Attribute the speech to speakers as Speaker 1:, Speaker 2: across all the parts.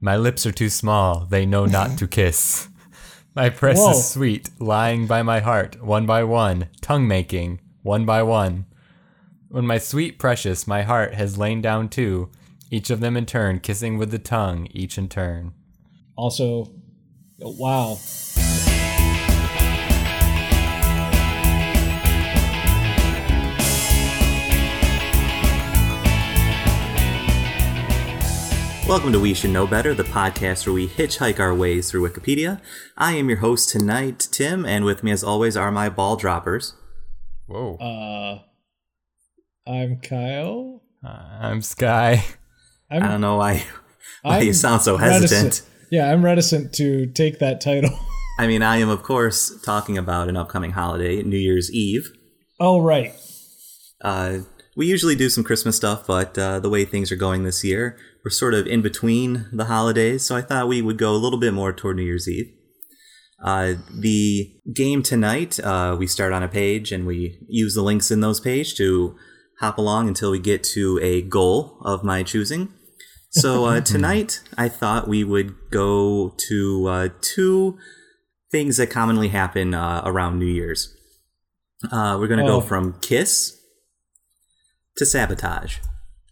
Speaker 1: My lips are too small, they know not to kiss. My press
Speaker 2: Whoa.
Speaker 1: is sweet, lying by my heart, one by one, tongue making, one by one. When my sweet precious, my heart has lain down too, each of them in turn, kissing with the tongue, each in turn.
Speaker 2: Also, oh, wow.
Speaker 3: Welcome to We Should Know Better, the podcast where we hitchhike our ways through Wikipedia. I am your host tonight, Tim, and with me, as always, are my ball droppers.
Speaker 1: Whoa.
Speaker 2: Uh, I'm Kyle.
Speaker 1: Uh, I'm Sky.
Speaker 2: I'm,
Speaker 3: I don't know why, why you sound so hesitant.
Speaker 2: reticent. Yeah, I'm reticent to take that title.
Speaker 3: I mean, I am, of course, talking about an upcoming holiday, New Year's Eve.
Speaker 2: oh, right.
Speaker 3: Uh, we usually do some Christmas stuff, but uh, the way things are going this year, we're sort of in between the holidays, so I thought we would go a little bit more toward New Year's Eve. Uh, the game tonight, uh, we start on a page and we use the links in those page to hop along until we get to a goal of my choosing. So uh, tonight, I thought we would go to uh, two things that commonly happen uh, around New Year's. Uh, we're going to
Speaker 2: Oh.
Speaker 3: go from kiss to sabotage.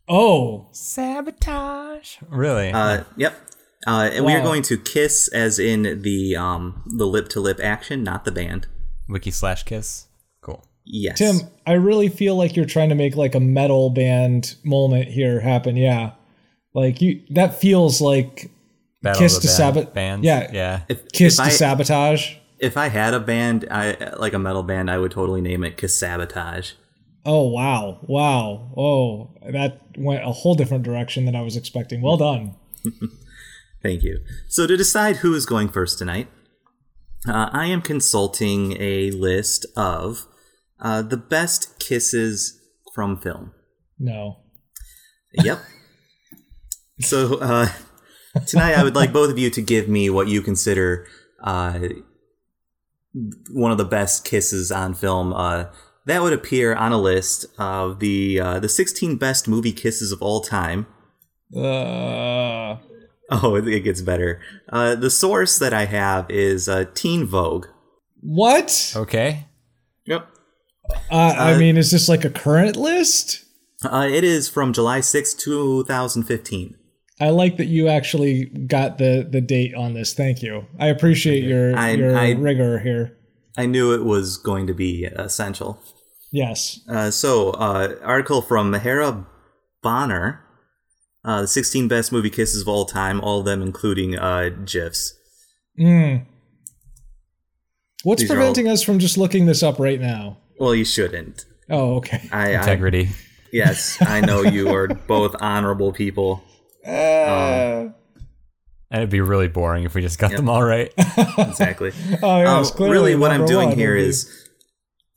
Speaker 2: Oh,
Speaker 1: Sabotage. Really?
Speaker 3: Uh, yep. Uh, and we are
Speaker 2: Wow.
Speaker 3: going to kiss as in the um, the lip to lip action, not the band.
Speaker 1: Wiki slash kiss. Cool.
Speaker 3: Yes.
Speaker 2: Tim, I really feel like you're trying to make like a metal band moment here happen. Yeah. Like you that feels like
Speaker 1: Battle
Speaker 2: Kiss
Speaker 1: of
Speaker 2: to
Speaker 1: the band-
Speaker 2: sabot-
Speaker 1: Bands.
Speaker 2: yeah.
Speaker 1: Yeah.
Speaker 3: If,
Speaker 2: kiss
Speaker 3: if
Speaker 2: to
Speaker 3: I,
Speaker 2: sabotage.
Speaker 3: if I had a band, I like a metal band, I would totally name it Kiss Sabotage.
Speaker 2: Oh wow. Wow. Oh, that went a whole different direction than I was expecting. Well done.
Speaker 3: Thank you. So to decide who is going first tonight, uh, I am consulting a list of uh, the best kisses from film.
Speaker 2: No.
Speaker 3: Yep. so uh, tonight, I would like both of you to give me what you consider uh, one of the best kisses on film. Uh, that would appear on a list of the uh, the 16 best movie kisses of all time.
Speaker 2: Uh
Speaker 3: Oh, it, it gets better. Uh, the source that I have is uh, Teen Vogue.
Speaker 2: what?
Speaker 1: Okay.
Speaker 3: Yep.
Speaker 2: Uh, I mean, is this like a current list?
Speaker 3: Uh, it is from July sixth, two 2015.
Speaker 2: I like that you actually got the the date on this. Thank you. I appreciate your
Speaker 3: I-
Speaker 2: your
Speaker 3: I-
Speaker 2: rigor here.
Speaker 3: I knew it was going to be essential.
Speaker 2: Yes.
Speaker 3: Uh, so, uh, article from Hera Bonner, uh, the 16 best movie kisses of all time, all of them including uh, GIFs.
Speaker 2: Mm. What's
Speaker 3: These are all-
Speaker 2: preventing us from just looking this up right now?
Speaker 3: Well, you shouldn't.
Speaker 2: Oh, okay.
Speaker 3: I, I
Speaker 1: Integrity.
Speaker 3: yes, I know you are both honorable people.
Speaker 2: Uh,
Speaker 1: And it'd be really boring if we just got them all right.
Speaker 3: Exactly.
Speaker 2: oh,
Speaker 3: Um,
Speaker 2: yes, clearly
Speaker 3: really, what I'm
Speaker 2: number
Speaker 3: doing
Speaker 2: one
Speaker 3: here
Speaker 2: would be-
Speaker 3: is,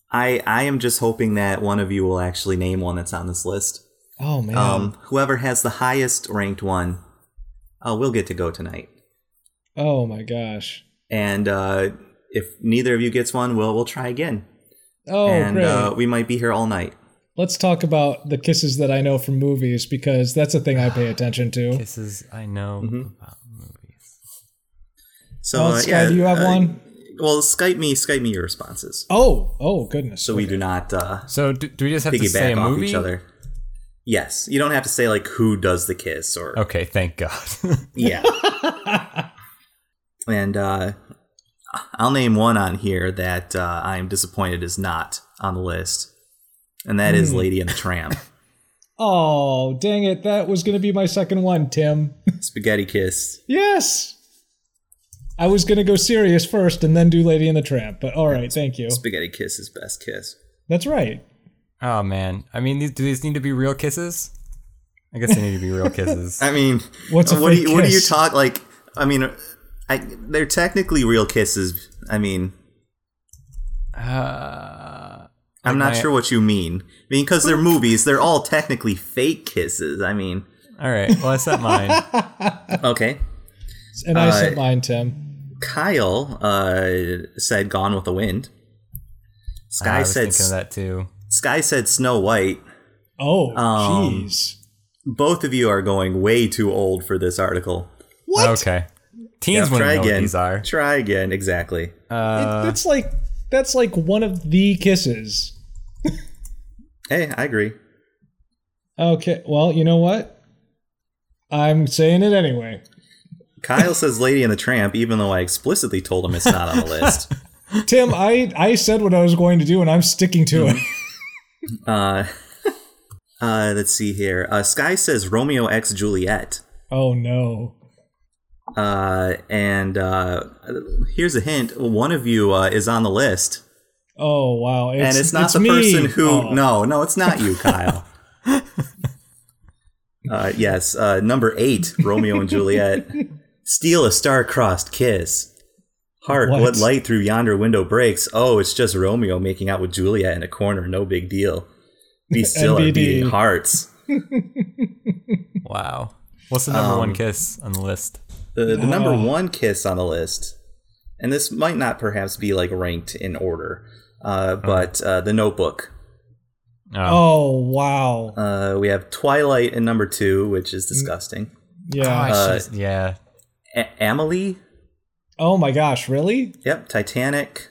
Speaker 3: I I am just hoping that one of you will actually name one that's on this list.
Speaker 2: Oh man.
Speaker 3: Um, whoever has the highest ranked one, uh, will get to go tonight.
Speaker 2: oh my gosh.
Speaker 3: And uh, if neither of you gets one, we'll we'll try again.
Speaker 2: Oh,
Speaker 3: and
Speaker 2: great.
Speaker 3: uh, we might be here all night.
Speaker 2: Let's talk about the kisses that I know from movies because that's a thing I pay attention to.
Speaker 1: Kisses I know
Speaker 3: Mhm.
Speaker 1: about movies.
Speaker 3: So
Speaker 2: Oh,
Speaker 3: uh,
Speaker 2: Sky,
Speaker 3: yeah,
Speaker 2: do you have
Speaker 3: uh,
Speaker 2: one?
Speaker 3: Well, Skype me, Skype me your responses,
Speaker 2: Oh, oh goodness.
Speaker 3: so we do not uh,
Speaker 1: So do, do we just have to say
Speaker 3: piggyback
Speaker 1: a
Speaker 3: off
Speaker 1: movie?
Speaker 3: each other. Yes, you don't have to say like who does the kiss or
Speaker 1: Okay, thank God.
Speaker 3: yeah. and uh, I'll name one on here that uh, I am disappointed is not on the list, and that
Speaker 2: Hmm.
Speaker 3: is Lady and the Tramp,
Speaker 2: Oh, dang it. That was going to be my second one, Tim.
Speaker 3: Spaghetti Kiss.
Speaker 2: yes. I was going to go serious first and then do Lady and the Tramp, but all right, thank you.
Speaker 3: Spaghetti Kiss is best kiss.
Speaker 2: That's right.
Speaker 1: oh man, I mean, these, do these need to be real kisses? I guess they need to be real kisses.
Speaker 3: I mean,
Speaker 2: What's a
Speaker 3: what do
Speaker 2: fake
Speaker 3: you, what do you
Speaker 2: kiss?
Speaker 3: talk like? I mean, I, they're technically real kisses. I mean,
Speaker 1: Uh, Like
Speaker 3: I'm not
Speaker 1: my-
Speaker 3: sure what you mean. I mean, because they're movies, they're all technically fake kisses. I mean,
Speaker 1: all right, well that's not mine.
Speaker 3: okay.
Speaker 2: And I
Speaker 3: Uh,
Speaker 2: sent mine, Tim.
Speaker 3: Kyle uh, said "Gone with the Wind."
Speaker 1: I
Speaker 3: Sky
Speaker 1: was
Speaker 3: said
Speaker 1: thinking of that too.
Speaker 3: Sky said Snow White.
Speaker 2: Oh,
Speaker 3: um,
Speaker 2: jeez.
Speaker 3: Both of you are going way too old for this article.
Speaker 2: What?
Speaker 1: Okay. Teens
Speaker 3: Yeah,
Speaker 1: wouldn't
Speaker 3: try
Speaker 1: know what
Speaker 3: again.
Speaker 1: these are.
Speaker 3: Try again. Exactly. uh,
Speaker 2: It- that's like that's like one of the kisses.
Speaker 3: hey, I agree.
Speaker 2: Okay. Well, you know what? I'm saying it anyway.
Speaker 3: Kyle says Lady and the Tramp, even though I explicitly told him it's not on the list.
Speaker 2: Tim, I I said what I was going to do, and I'm sticking to it.
Speaker 3: Uh, uh, let's see here. Uh, Sky says Romeo X Juliet.
Speaker 2: oh no.
Speaker 3: Uh, and uh, here's a hint one of you uh, is on the list.
Speaker 2: Oh wow. It's,
Speaker 3: and it's not the
Speaker 2: me.
Speaker 3: person who.
Speaker 2: Oh.
Speaker 3: No, no, it's not you, Kyle. uh, yes, uh, number eight, Romeo and Juliet. Steal a star-crossed kiss. Heart, what?
Speaker 2: What?
Speaker 3: light through yonder window breaks? Oh, it's just Romeo making out with Juliet in a corner. No big deal. Be still and
Speaker 2: NBD.
Speaker 3: be hearts.
Speaker 1: Wow. What's the
Speaker 3: Um,
Speaker 1: number one kiss on the list?
Speaker 3: The, the number
Speaker 2: Oh.
Speaker 3: one kiss on the list, and this might not perhaps be like ranked in order, uh, but uh, The Notebook
Speaker 1: Oh,
Speaker 2: Oh wow.
Speaker 3: Uh, we have Twilight in number two, which is disgusting.
Speaker 2: Yeah.
Speaker 1: gosh,
Speaker 3: uh,
Speaker 1: it's- yeah.
Speaker 3: A- Amelie.
Speaker 2: Oh my gosh. Really?
Speaker 3: Yep. Titanic.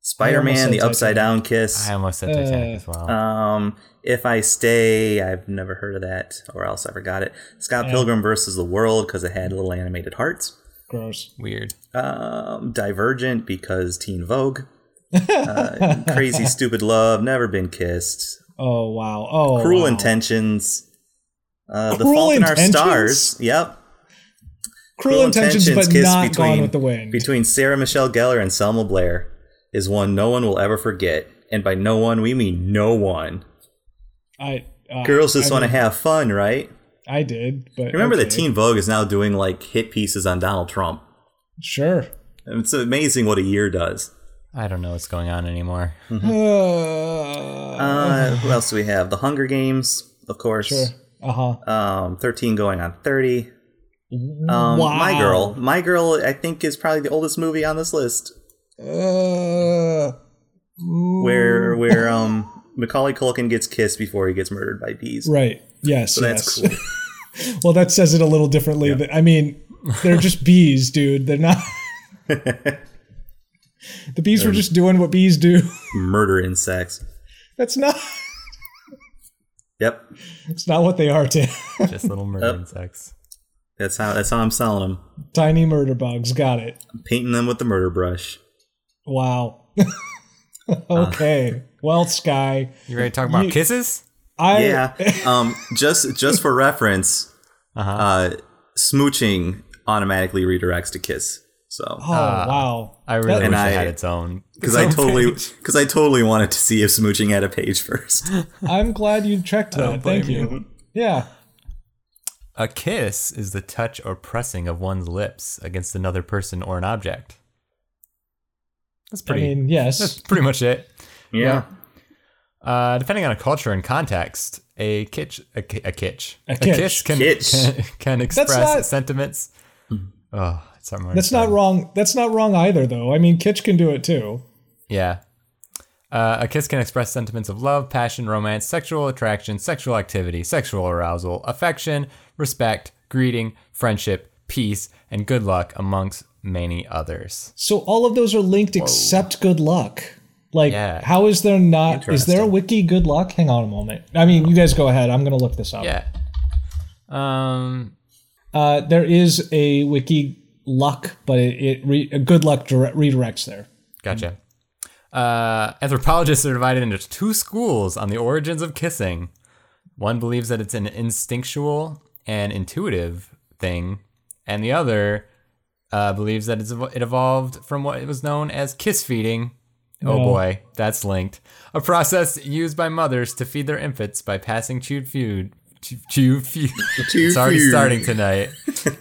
Speaker 3: Spider Man.
Speaker 2: said
Speaker 3: The Upside
Speaker 2: Titanic.
Speaker 3: Down Kiss.
Speaker 1: I almost said
Speaker 2: uh,
Speaker 1: Titanic as well.
Speaker 3: Um, if I stay, I've never heard of that, or else I forgot it. Scott Pilgrim versus the World because it had little animated hearts.
Speaker 2: Gross.
Speaker 1: Weird.
Speaker 3: Um, Divergent because Teen Vogue. Uh, crazy Stupid Love. Never been kissed.
Speaker 2: Oh wow. Oh.
Speaker 3: Cruel
Speaker 2: wow.
Speaker 3: Intentions. Uh, the
Speaker 2: Cruel
Speaker 3: Fault in
Speaker 2: Intentions?
Speaker 3: Our Stars. Yep.
Speaker 2: Cruel, intentions, but
Speaker 3: kiss
Speaker 2: not gone with the wind.
Speaker 3: Between Sarah Michelle Gellar and Selma Blair is one no one will ever forget. And by no one, we mean no one.
Speaker 2: I uh,
Speaker 3: Girls just
Speaker 2: I
Speaker 3: want to
Speaker 2: mean,
Speaker 3: have fun, right?
Speaker 2: I did, but
Speaker 3: Remember
Speaker 2: okay.
Speaker 3: that Teen Vogue is now doing like hit pieces on Donald Trump.
Speaker 2: Sure.
Speaker 3: And It's amazing what a year does.
Speaker 1: I don't know what's going on anymore.
Speaker 3: Mm-hmm.
Speaker 2: Uh
Speaker 3: Uh, who else do we have? The Hunger Games, of course.
Speaker 2: sure. Uh huh.
Speaker 3: Um, 13 going on 30. Um, My Girl. My Girl, I think, is probably the oldest movie on this list.
Speaker 2: Uh,
Speaker 3: Where where um Macaulay Culkin gets kissed before he gets murdered by bees.
Speaker 2: right. Yes.
Speaker 3: So that's
Speaker 2: yes.
Speaker 3: cool.
Speaker 2: Well, that says it a little differently. That- I mean, they're just bees, dude. They're not. the bees were just doing what bees do.
Speaker 3: murder insects.
Speaker 2: That's not.
Speaker 3: Yep,
Speaker 2: It's not what they are. Tim.
Speaker 1: Just little
Speaker 3: Uh,
Speaker 1: murder insects.
Speaker 3: that's how that's how I'm selling them.
Speaker 2: Tiny murder bugs. Got it.
Speaker 3: I'm painting them with the murder brush.
Speaker 2: Wow.
Speaker 1: Uh.
Speaker 2: okay. Well, Sky.
Speaker 1: You ready to talk about
Speaker 2: You-
Speaker 1: kisses?
Speaker 2: I
Speaker 3: Yeah. Um. Just just for reference, uh, smooching automatically redirects to kiss. So
Speaker 2: Oh wow.
Speaker 1: Uh, I really
Speaker 2: That-
Speaker 1: wish it
Speaker 3: I-
Speaker 1: had its own.
Speaker 3: because I
Speaker 1: its own
Speaker 3: totally
Speaker 1: page.
Speaker 3: because I totally wanted to see if smooching had a page first.
Speaker 2: I'm glad you checked that. Thank you.
Speaker 1: blame
Speaker 2: Yeah.
Speaker 1: A kiss is the touch or pressing of one's lips against another person or an object. That's pretty.
Speaker 2: I mean, yes.
Speaker 1: that's pretty much it.
Speaker 3: Yeah.
Speaker 1: Uh, depending on a culture and context, a kitsch, a, ki- a kitsch, a,
Speaker 2: kitsch.
Speaker 1: kiss can
Speaker 3: Kitsch. Hmm.
Speaker 1: can, can express
Speaker 2: not-
Speaker 1: sentiments. Oh, it's not
Speaker 2: That's not wrong. That's not wrong either, though. I mean, Kitch can do it too.
Speaker 1: Yeah. Uh, a kiss can express sentiments of love, passion, romance, sexual attraction, sexual activity, sexual arousal, affection, respect, greeting, friendship, peace, and good luck, amongst many others.
Speaker 2: So all of those are linked except good luck. Like,
Speaker 1: Yeah.
Speaker 2: how is there not? Is there a
Speaker 3: Interesting.
Speaker 2: wiki good luck? Hang on a moment. I mean, you guys go ahead. I'm going to look this up.
Speaker 1: Yeah. Um.
Speaker 2: Uh, there is a wiki luck, but it, it re, a good luck dire- redirects there.
Speaker 1: Gotcha. Uh, anthropologists are divided into two schools on the origins of kissing. One believes that it's an instinctual and intuitive thing, and the other uh, believes that it's evo- it evolved from what was known as kiss feeding. Oh boy, that's linked. A process used by mothers to feed their infants by passing chewed food. Chew, chew food.
Speaker 3: Chewed
Speaker 1: it's already
Speaker 3: food.
Speaker 1: starting tonight.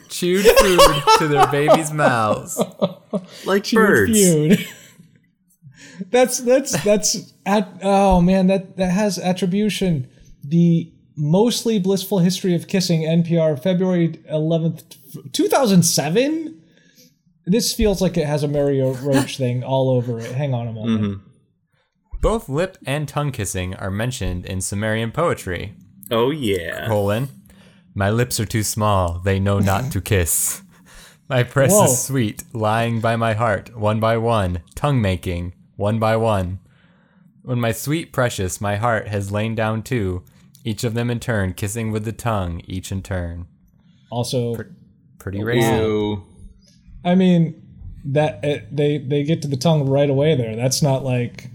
Speaker 1: chewed food to their babies' mouths.
Speaker 3: Like
Speaker 2: Dude,
Speaker 3: birds.
Speaker 2: feud. that's that's that's at oh man that that has attribution. The mostly blissful history of kissing NPR February eleventh, two thousand seven. This feels like it has a Mario Roach thing all over it. Hang on a moment.
Speaker 1: Both lip and tongue kissing are mentioned in Sumerian poetry.
Speaker 3: Oh yeah.
Speaker 1: Colon, my lips are too small; they know not to kiss. My press
Speaker 2: Whoa.
Speaker 1: is sweet, lying by my heart, one by one, tongue making, one by one. When my sweet precious my heart has lain down too, each of them in turn, kissing with the tongue, each in turn.
Speaker 2: Also,
Speaker 1: Pretty racist.
Speaker 2: I mean, that it, they they get to the tongue right away there. That's not like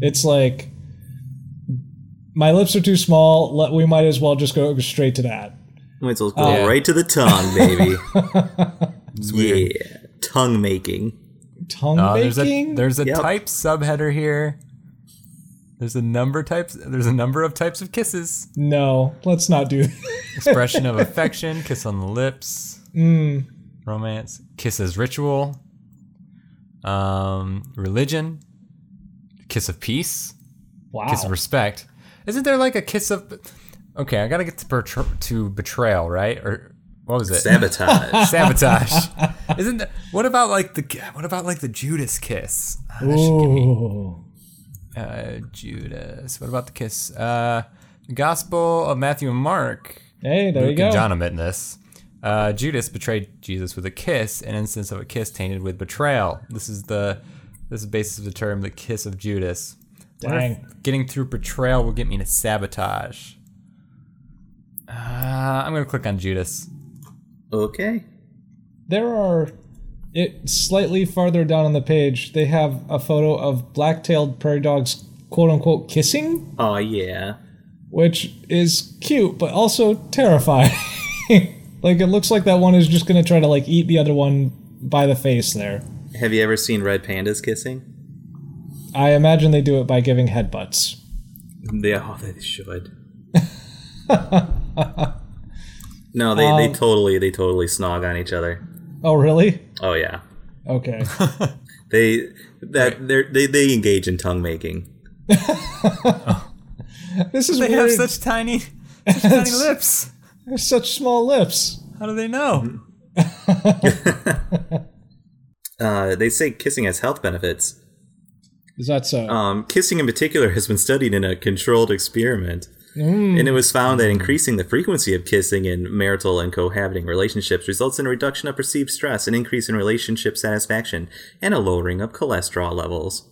Speaker 2: it's like my lips are too small. Let, we might as well just go straight to that.
Speaker 3: Might as well go
Speaker 1: Yeah.
Speaker 3: right to the tongue, baby. yeah, tongue making.
Speaker 2: Tongue
Speaker 1: Uh, there's a
Speaker 2: baking.
Speaker 1: there's a
Speaker 3: Yep.
Speaker 1: type subheader here. There's a number types. There's a number of types of kisses.
Speaker 2: no, let's not do.
Speaker 1: Expression of affection, kiss on the lips,
Speaker 2: Hmm,
Speaker 1: romance, kiss as ritual, um, religion, kiss of peace,
Speaker 2: wow.
Speaker 1: kiss of respect. Isn't there like a kiss of? Okay, I gotta get to, betr- to betrayal, right? Or what was it?
Speaker 3: Sabotage.
Speaker 1: Sabotage. Isn't there, what about like the what about like the Judas kiss? Ah, that should give me-
Speaker 2: Ooh.
Speaker 1: uh, Judas. What about the kiss? Uh, the Gospel of Matthew and Mark.
Speaker 2: Hey, there you
Speaker 1: Luke and
Speaker 2: go.
Speaker 1: John omit this. Uh, Judas betrayed Jesus with a kiss, an instance of a kiss tainted with betrayal. This is the this is the basis of the term the kiss of Judas. Wonder if Getting through betrayal will get me to sabotage. Uh, I'm gonna click on Judas.
Speaker 3: okay.
Speaker 2: There are it slightly farther down on the page. They have a photo of black-tailed prairie dogs, quote unquote, kissing,
Speaker 3: Oh yeah.
Speaker 2: which is cute but also terrifying. like it looks like that one is just gonna try to like eat the other one by the face. There,
Speaker 3: Have you ever seen red pandas kissing?
Speaker 2: I imagine they do it by giving headbutts.
Speaker 3: Yeah, oh, they should. no, they, they totally they totally snog on each other.
Speaker 2: Oh, really?
Speaker 3: Oh yeah.
Speaker 2: Okay.
Speaker 3: They that they they they engage in tongue making.
Speaker 2: This is
Speaker 1: They
Speaker 2: weird.
Speaker 1: have such tiny, such tiny lips.
Speaker 2: such small lips.
Speaker 1: How do they know?
Speaker 3: Uh, they say kissing has health benefits.
Speaker 2: Is that so?
Speaker 3: Um, kissing in particular has been studied in a controlled experiment.
Speaker 2: Hmm.
Speaker 3: And it was found that increasing the frequency of kissing in marital and cohabiting relationships results in a reduction of perceived stress, an increase in relationship satisfaction, and a lowering of cholesterol levels.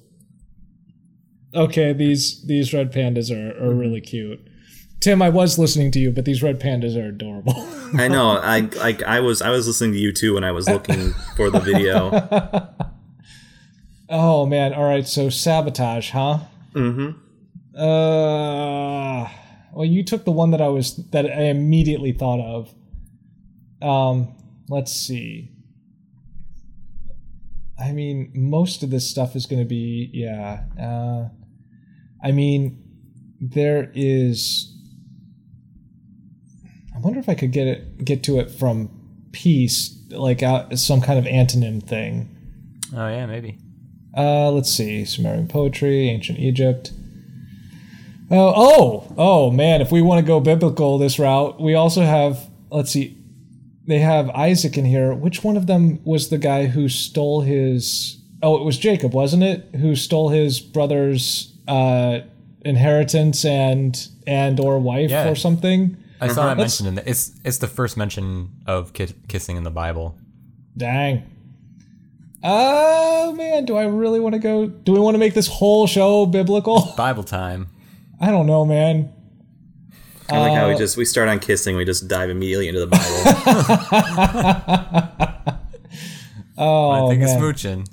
Speaker 2: okay, these these red pandas are, are really cute. Tim, I was listening to you, but these red pandas are adorable.
Speaker 3: I know. I like. I was. I was listening to you too when I was looking for the video.
Speaker 2: Oh man! All right, so sabotage, huh? Mm-hmm. Uh, well, you took the one that I was that I immediately thought of. Um, let's see. I mean, most of this stuff is going to be yeah. Uh, I mean, there is. I wonder if I could get it get to it from peace, like out some kind of antonym thing.
Speaker 1: Oh yeah, maybe.
Speaker 2: Uh, let's see, Sumerian poetry, ancient Egypt. Oh, oh, oh, man! If we want to go biblical this route, we also have. Let's see, they have Isaac in here. Which one of them was the guy who stole his? Oh, it was Jacob, wasn't it? Who stole his brother's uh, inheritance and and or wife
Speaker 1: Yeah.
Speaker 2: or something?
Speaker 1: I saw that mentioned in the. It's it's the first mention of ki- kissing in the Bible.
Speaker 2: Dang. Oh man, do I really want to go? Do we want to make this whole show biblical?
Speaker 1: Bible time.
Speaker 2: I don't know, man.
Speaker 3: I like how we just we start on kissing, we just dive immediately into the Bible.
Speaker 1: I think
Speaker 2: man.
Speaker 1: it's mooching.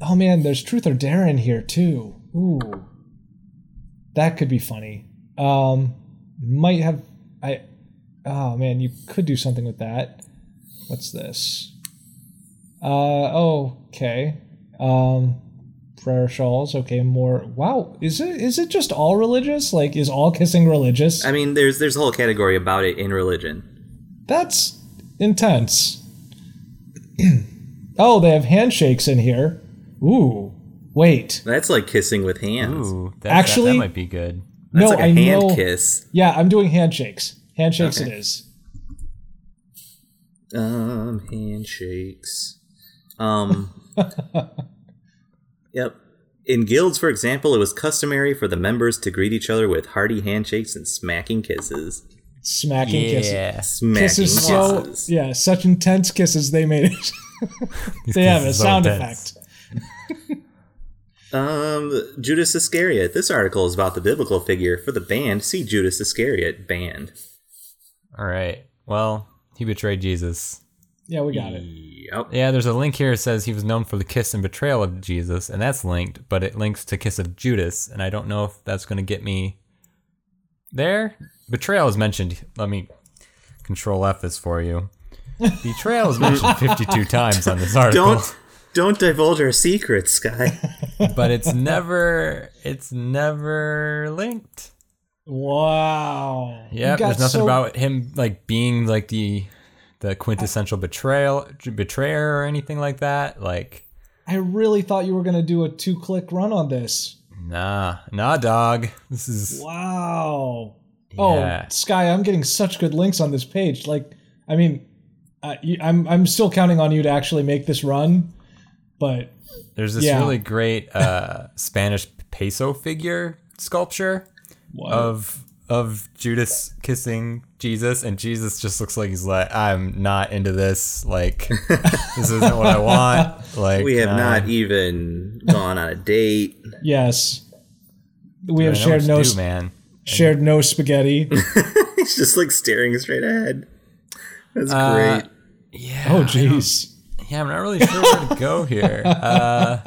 Speaker 2: Oh man, there's truth or dare in here too. Ooh, that could be funny. Um, might have I. Oh man, you could do something with that. What's this? Uh okay. Um, prayer shawls. Okay, more. Wow, is it is it just all religious? Like, is all kissing religious?
Speaker 3: I mean, there's there's a whole category about it in religion.
Speaker 2: That's intense. oh, they have handshakes in here. Ooh, wait.
Speaker 3: That's like kissing with hands.
Speaker 1: Ooh, that, that,
Speaker 2: Actually-
Speaker 1: that might be good.
Speaker 3: That's
Speaker 2: no,
Speaker 3: like a
Speaker 2: I
Speaker 3: hand
Speaker 2: know.
Speaker 3: kiss.
Speaker 2: Yeah, I'm doing handshakes. Handshakes it is.
Speaker 3: Um, handshakes. Um. yep. In guilds, for example, it was customary for the members to greet each other with hearty handshakes and smacking kisses.
Speaker 2: smacking kisses.
Speaker 1: Yeah.
Speaker 3: Smacking
Speaker 2: Kisses so
Speaker 3: kisses.
Speaker 2: yeah, such intense kisses they made it.
Speaker 1: These
Speaker 2: they have a
Speaker 1: kisses are
Speaker 2: sound
Speaker 1: intense.
Speaker 2: effect.
Speaker 3: Um, Judas Iscariot. This article is about the biblical figure for the band. See Judas Iscariot band.
Speaker 1: All right. Well, he betrayed Jesus.
Speaker 2: Yeah, we got
Speaker 1: Mm.
Speaker 2: it.
Speaker 3: Yep.
Speaker 1: Yeah, there's a link here that says he was known for the kiss and betrayal of Jesus, and that's linked, but it links to kiss of Judas, and I don't know if that's going to get me there. Betrayal is mentioned. Let me control F this for you. Betrayal is mentioned 52 times on this article,
Speaker 3: Don't don't divulge our secrets, Sky.
Speaker 1: but it's never it's never linked.
Speaker 2: Wow. You
Speaker 1: Yeah,
Speaker 2: got
Speaker 1: there's nothing
Speaker 2: so-
Speaker 1: about him like being like the the quintessential betrayal betrayer or anything like that. Like
Speaker 2: I really thought you were gonna do a two-click run on this.
Speaker 1: nah, nah, dog. This is
Speaker 2: Wow.
Speaker 1: Yeah.
Speaker 2: Oh, Sky, I'm getting such good links on this page. Like, I mean, uh, you- I'm I'm still counting on you to actually make this run, but
Speaker 1: There's this
Speaker 2: Yeah.
Speaker 1: really great uh, Spanish peso figure sculpture
Speaker 2: Oh.
Speaker 1: of of Judas kissing Jesus, and Jesus just looks like he's like, I'm not into this. Like, this isn't what I want. Like,
Speaker 3: We have
Speaker 1: uh,
Speaker 3: not even gone on a date.
Speaker 2: yes, we have
Speaker 1: I don't know what
Speaker 2: shared
Speaker 1: to
Speaker 2: no
Speaker 1: do,
Speaker 2: sp-
Speaker 1: man.
Speaker 2: shared no spaghetti.
Speaker 3: He's just like staring straight ahead. That's
Speaker 1: Uh,
Speaker 3: great.
Speaker 1: Yeah.
Speaker 2: oh, jeez.
Speaker 1: Yeah, I'm not really sure where to go here. Uh,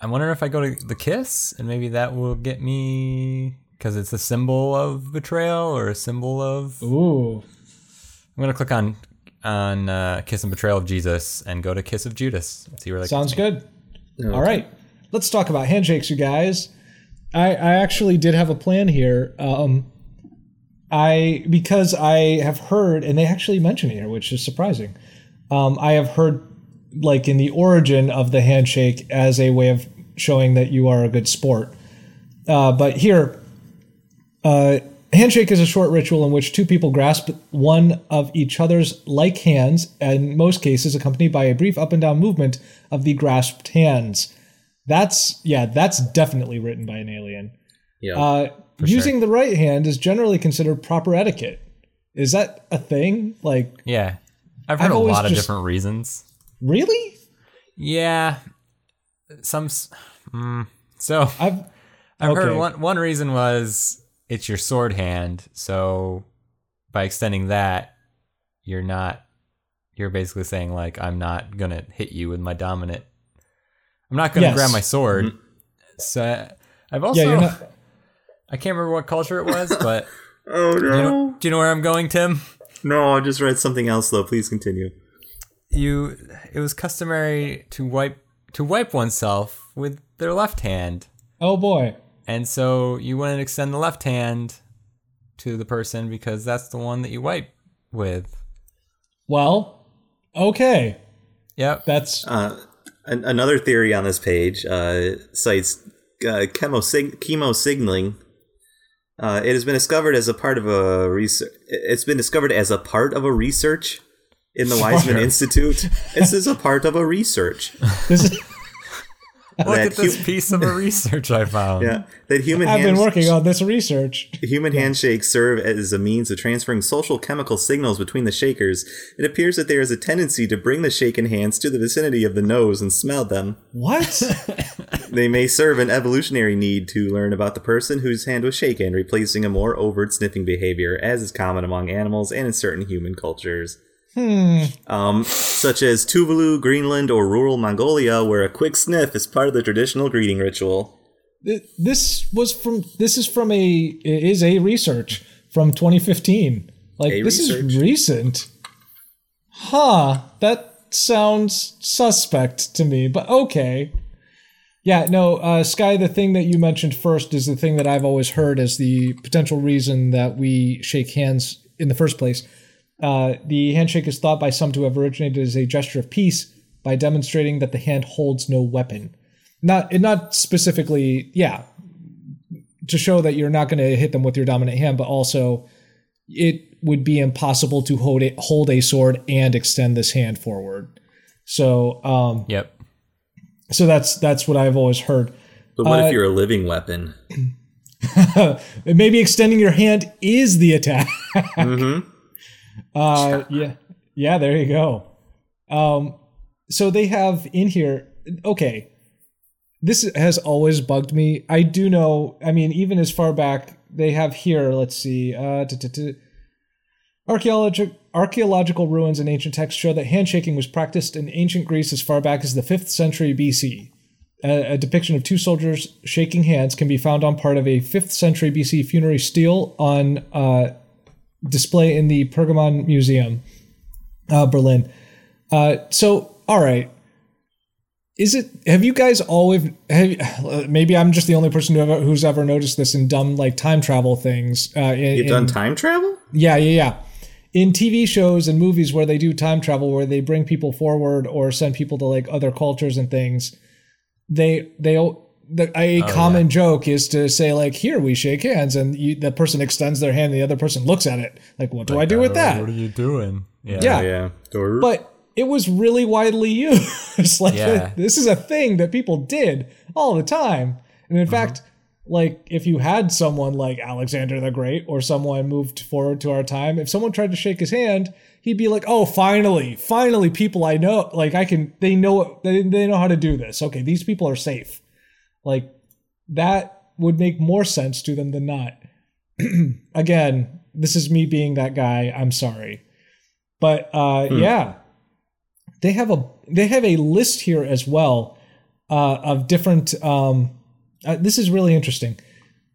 Speaker 1: I wonder if I go to the kiss, and maybe that will get me because it's a symbol of betrayal or a symbol of
Speaker 2: Ooh,
Speaker 1: I'm gonna click on on uh, Kiss and Betrayal of Jesus and go to Kiss of Judas. and See where that
Speaker 2: sounds good. All right, let's talk about handshakes, you guys. I I actually did have a plan here. Um, I because I have heard, and they actually mention it here, which is surprising. Um, I have heard like in the origin of the handshake as a way of showing that you are a good sport. Uh, but here, uh, handshake is a short ritual in which two people grasp one of each other's like hands, and in most cases accompanied by a brief up and down movement of the grasped hands. That's yeah, that's definitely written by an alien.
Speaker 3: Yeah.
Speaker 2: Uh, using the right hand is generally considered proper etiquette. Is that a thing? Like,
Speaker 1: Yeah, I've heard
Speaker 2: I've
Speaker 1: a
Speaker 2: always
Speaker 1: lot of
Speaker 2: just-
Speaker 1: different reasons.
Speaker 2: really?
Speaker 1: Yeah, some. s- Mm, so
Speaker 2: I've
Speaker 1: I've heard
Speaker 2: okay.
Speaker 1: one one reason was it's your sword hand, so by extending that, you're not. You're basically saying like I'm not gonna hit you with my dominant. I'm not gonna
Speaker 2: Yes. Mm-hmm.
Speaker 1: grab my sword. So I've also
Speaker 2: yeah, you're not.
Speaker 1: I can't remember what culture it was, but
Speaker 3: oh
Speaker 1: do you
Speaker 3: no.
Speaker 1: know, do you know where I'm going, Tim?
Speaker 3: No, I just read something else though. Please continue.
Speaker 1: you it was customary to wipe to wipe oneself with their left hand
Speaker 2: Oh boy.
Speaker 1: and so you wouldn't extend the left hand to the person because that's the one that you wipe with
Speaker 2: Well, okay.
Speaker 1: yep
Speaker 2: That's
Speaker 3: Uh, an- another theory on this page uh, cites uh, chemo, sig- chemo signaling. Uh, it has been discovered as a part of a research. It's been discovered as a part of a research in the Weizmann Institute. This is a part of a research.
Speaker 2: this is,
Speaker 1: look
Speaker 3: that
Speaker 1: at this
Speaker 3: hu-
Speaker 1: piece of a research i found
Speaker 3: Yeah, that human
Speaker 2: I've been
Speaker 3: hands-
Speaker 2: working on this research.
Speaker 3: Human handshakes serve as a means of transferring social chemical signals between the shakers. It appears that there is a tendency to bring the shaken hands to the vicinity of the nose and smell them.
Speaker 2: What?
Speaker 3: They may serve an evolutionary need to learn about the person whose hand was shaken, replacing a more overt sniffing behavior, as is common among animals and in certain human cultures.
Speaker 2: Hmm.
Speaker 3: Um, such as Tuvalu, Greenland, or rural Mongolia, where a quick sniff is part of the traditional greeting ritual.
Speaker 2: Th- this was from this is from a it is a research from 2015 like
Speaker 3: A
Speaker 2: this
Speaker 3: research?
Speaker 2: is recent huh that sounds suspect to me but okay yeah no uh, sky the thing that you mentioned first is the thing that i've always heard as the potential reason that we shake hands in the first place uh, the handshake is thought by some to have originated as a gesture of peace by demonstrating that the hand holds no weapon not not specifically yeah to show that you're not going to hit them with your dominant hand but also it would be impossible to hold it hold a sword and extend this hand forward so um
Speaker 1: yep
Speaker 2: so that's that's what i've always heard
Speaker 3: But what
Speaker 2: Uh,
Speaker 3: if you're a living weapon?
Speaker 2: Maybe extending your hand is the attack.
Speaker 3: Mm-hmm.
Speaker 2: Uh, yeah, yeah. There you go. Um, so they have in here. Okay, this has always bugged me. I do know. I mean, even as far back they have here. Let's see. Uh, archaeological archaeological ruins and ancient texts show that handshaking was practiced in ancient Greece as far back as the fifth century BC. A, a depiction of two soldiers shaking hands can be found on part of a fifth century BC funerary stele on. Uh, display in the Pergamon Museum, uh, Berlin. Uh, so, all right, is it? Have you guys always? Have, maybe I'm just the only person who ever, who's ever noticed this in dumb like time travel things. Uh, in,
Speaker 3: You've done
Speaker 2: in-
Speaker 3: time travel?
Speaker 2: yeah, yeah, yeah. In TV shows and movies where they do time travel, where they bring people forward or send people to like other cultures and things, they they the, a common joke is to say like, "Here we shake hands," and you, the person extends their hand, and the other person looks at it like, "What do I do with that?" Oh,
Speaker 1: What are you doing?
Speaker 2: Yeah.
Speaker 3: yeah.
Speaker 2: But it was really widely used. like
Speaker 1: Yeah.
Speaker 2: this is a thing that people did all the time, and in fact. Like if you had someone like Alexander the Great or someone moved forward to our time, if someone tried to shake his hand, he'd be like, "Oh, finally, finally, people I know, like I can, they know, they they know how to do this. Okay, these people are safe." Like that would make more sense to them than not. Again, this is me being that guy. I'm sorry. But uh yeah. They have a they have a list here as well uh of different um uh, this is really interesting.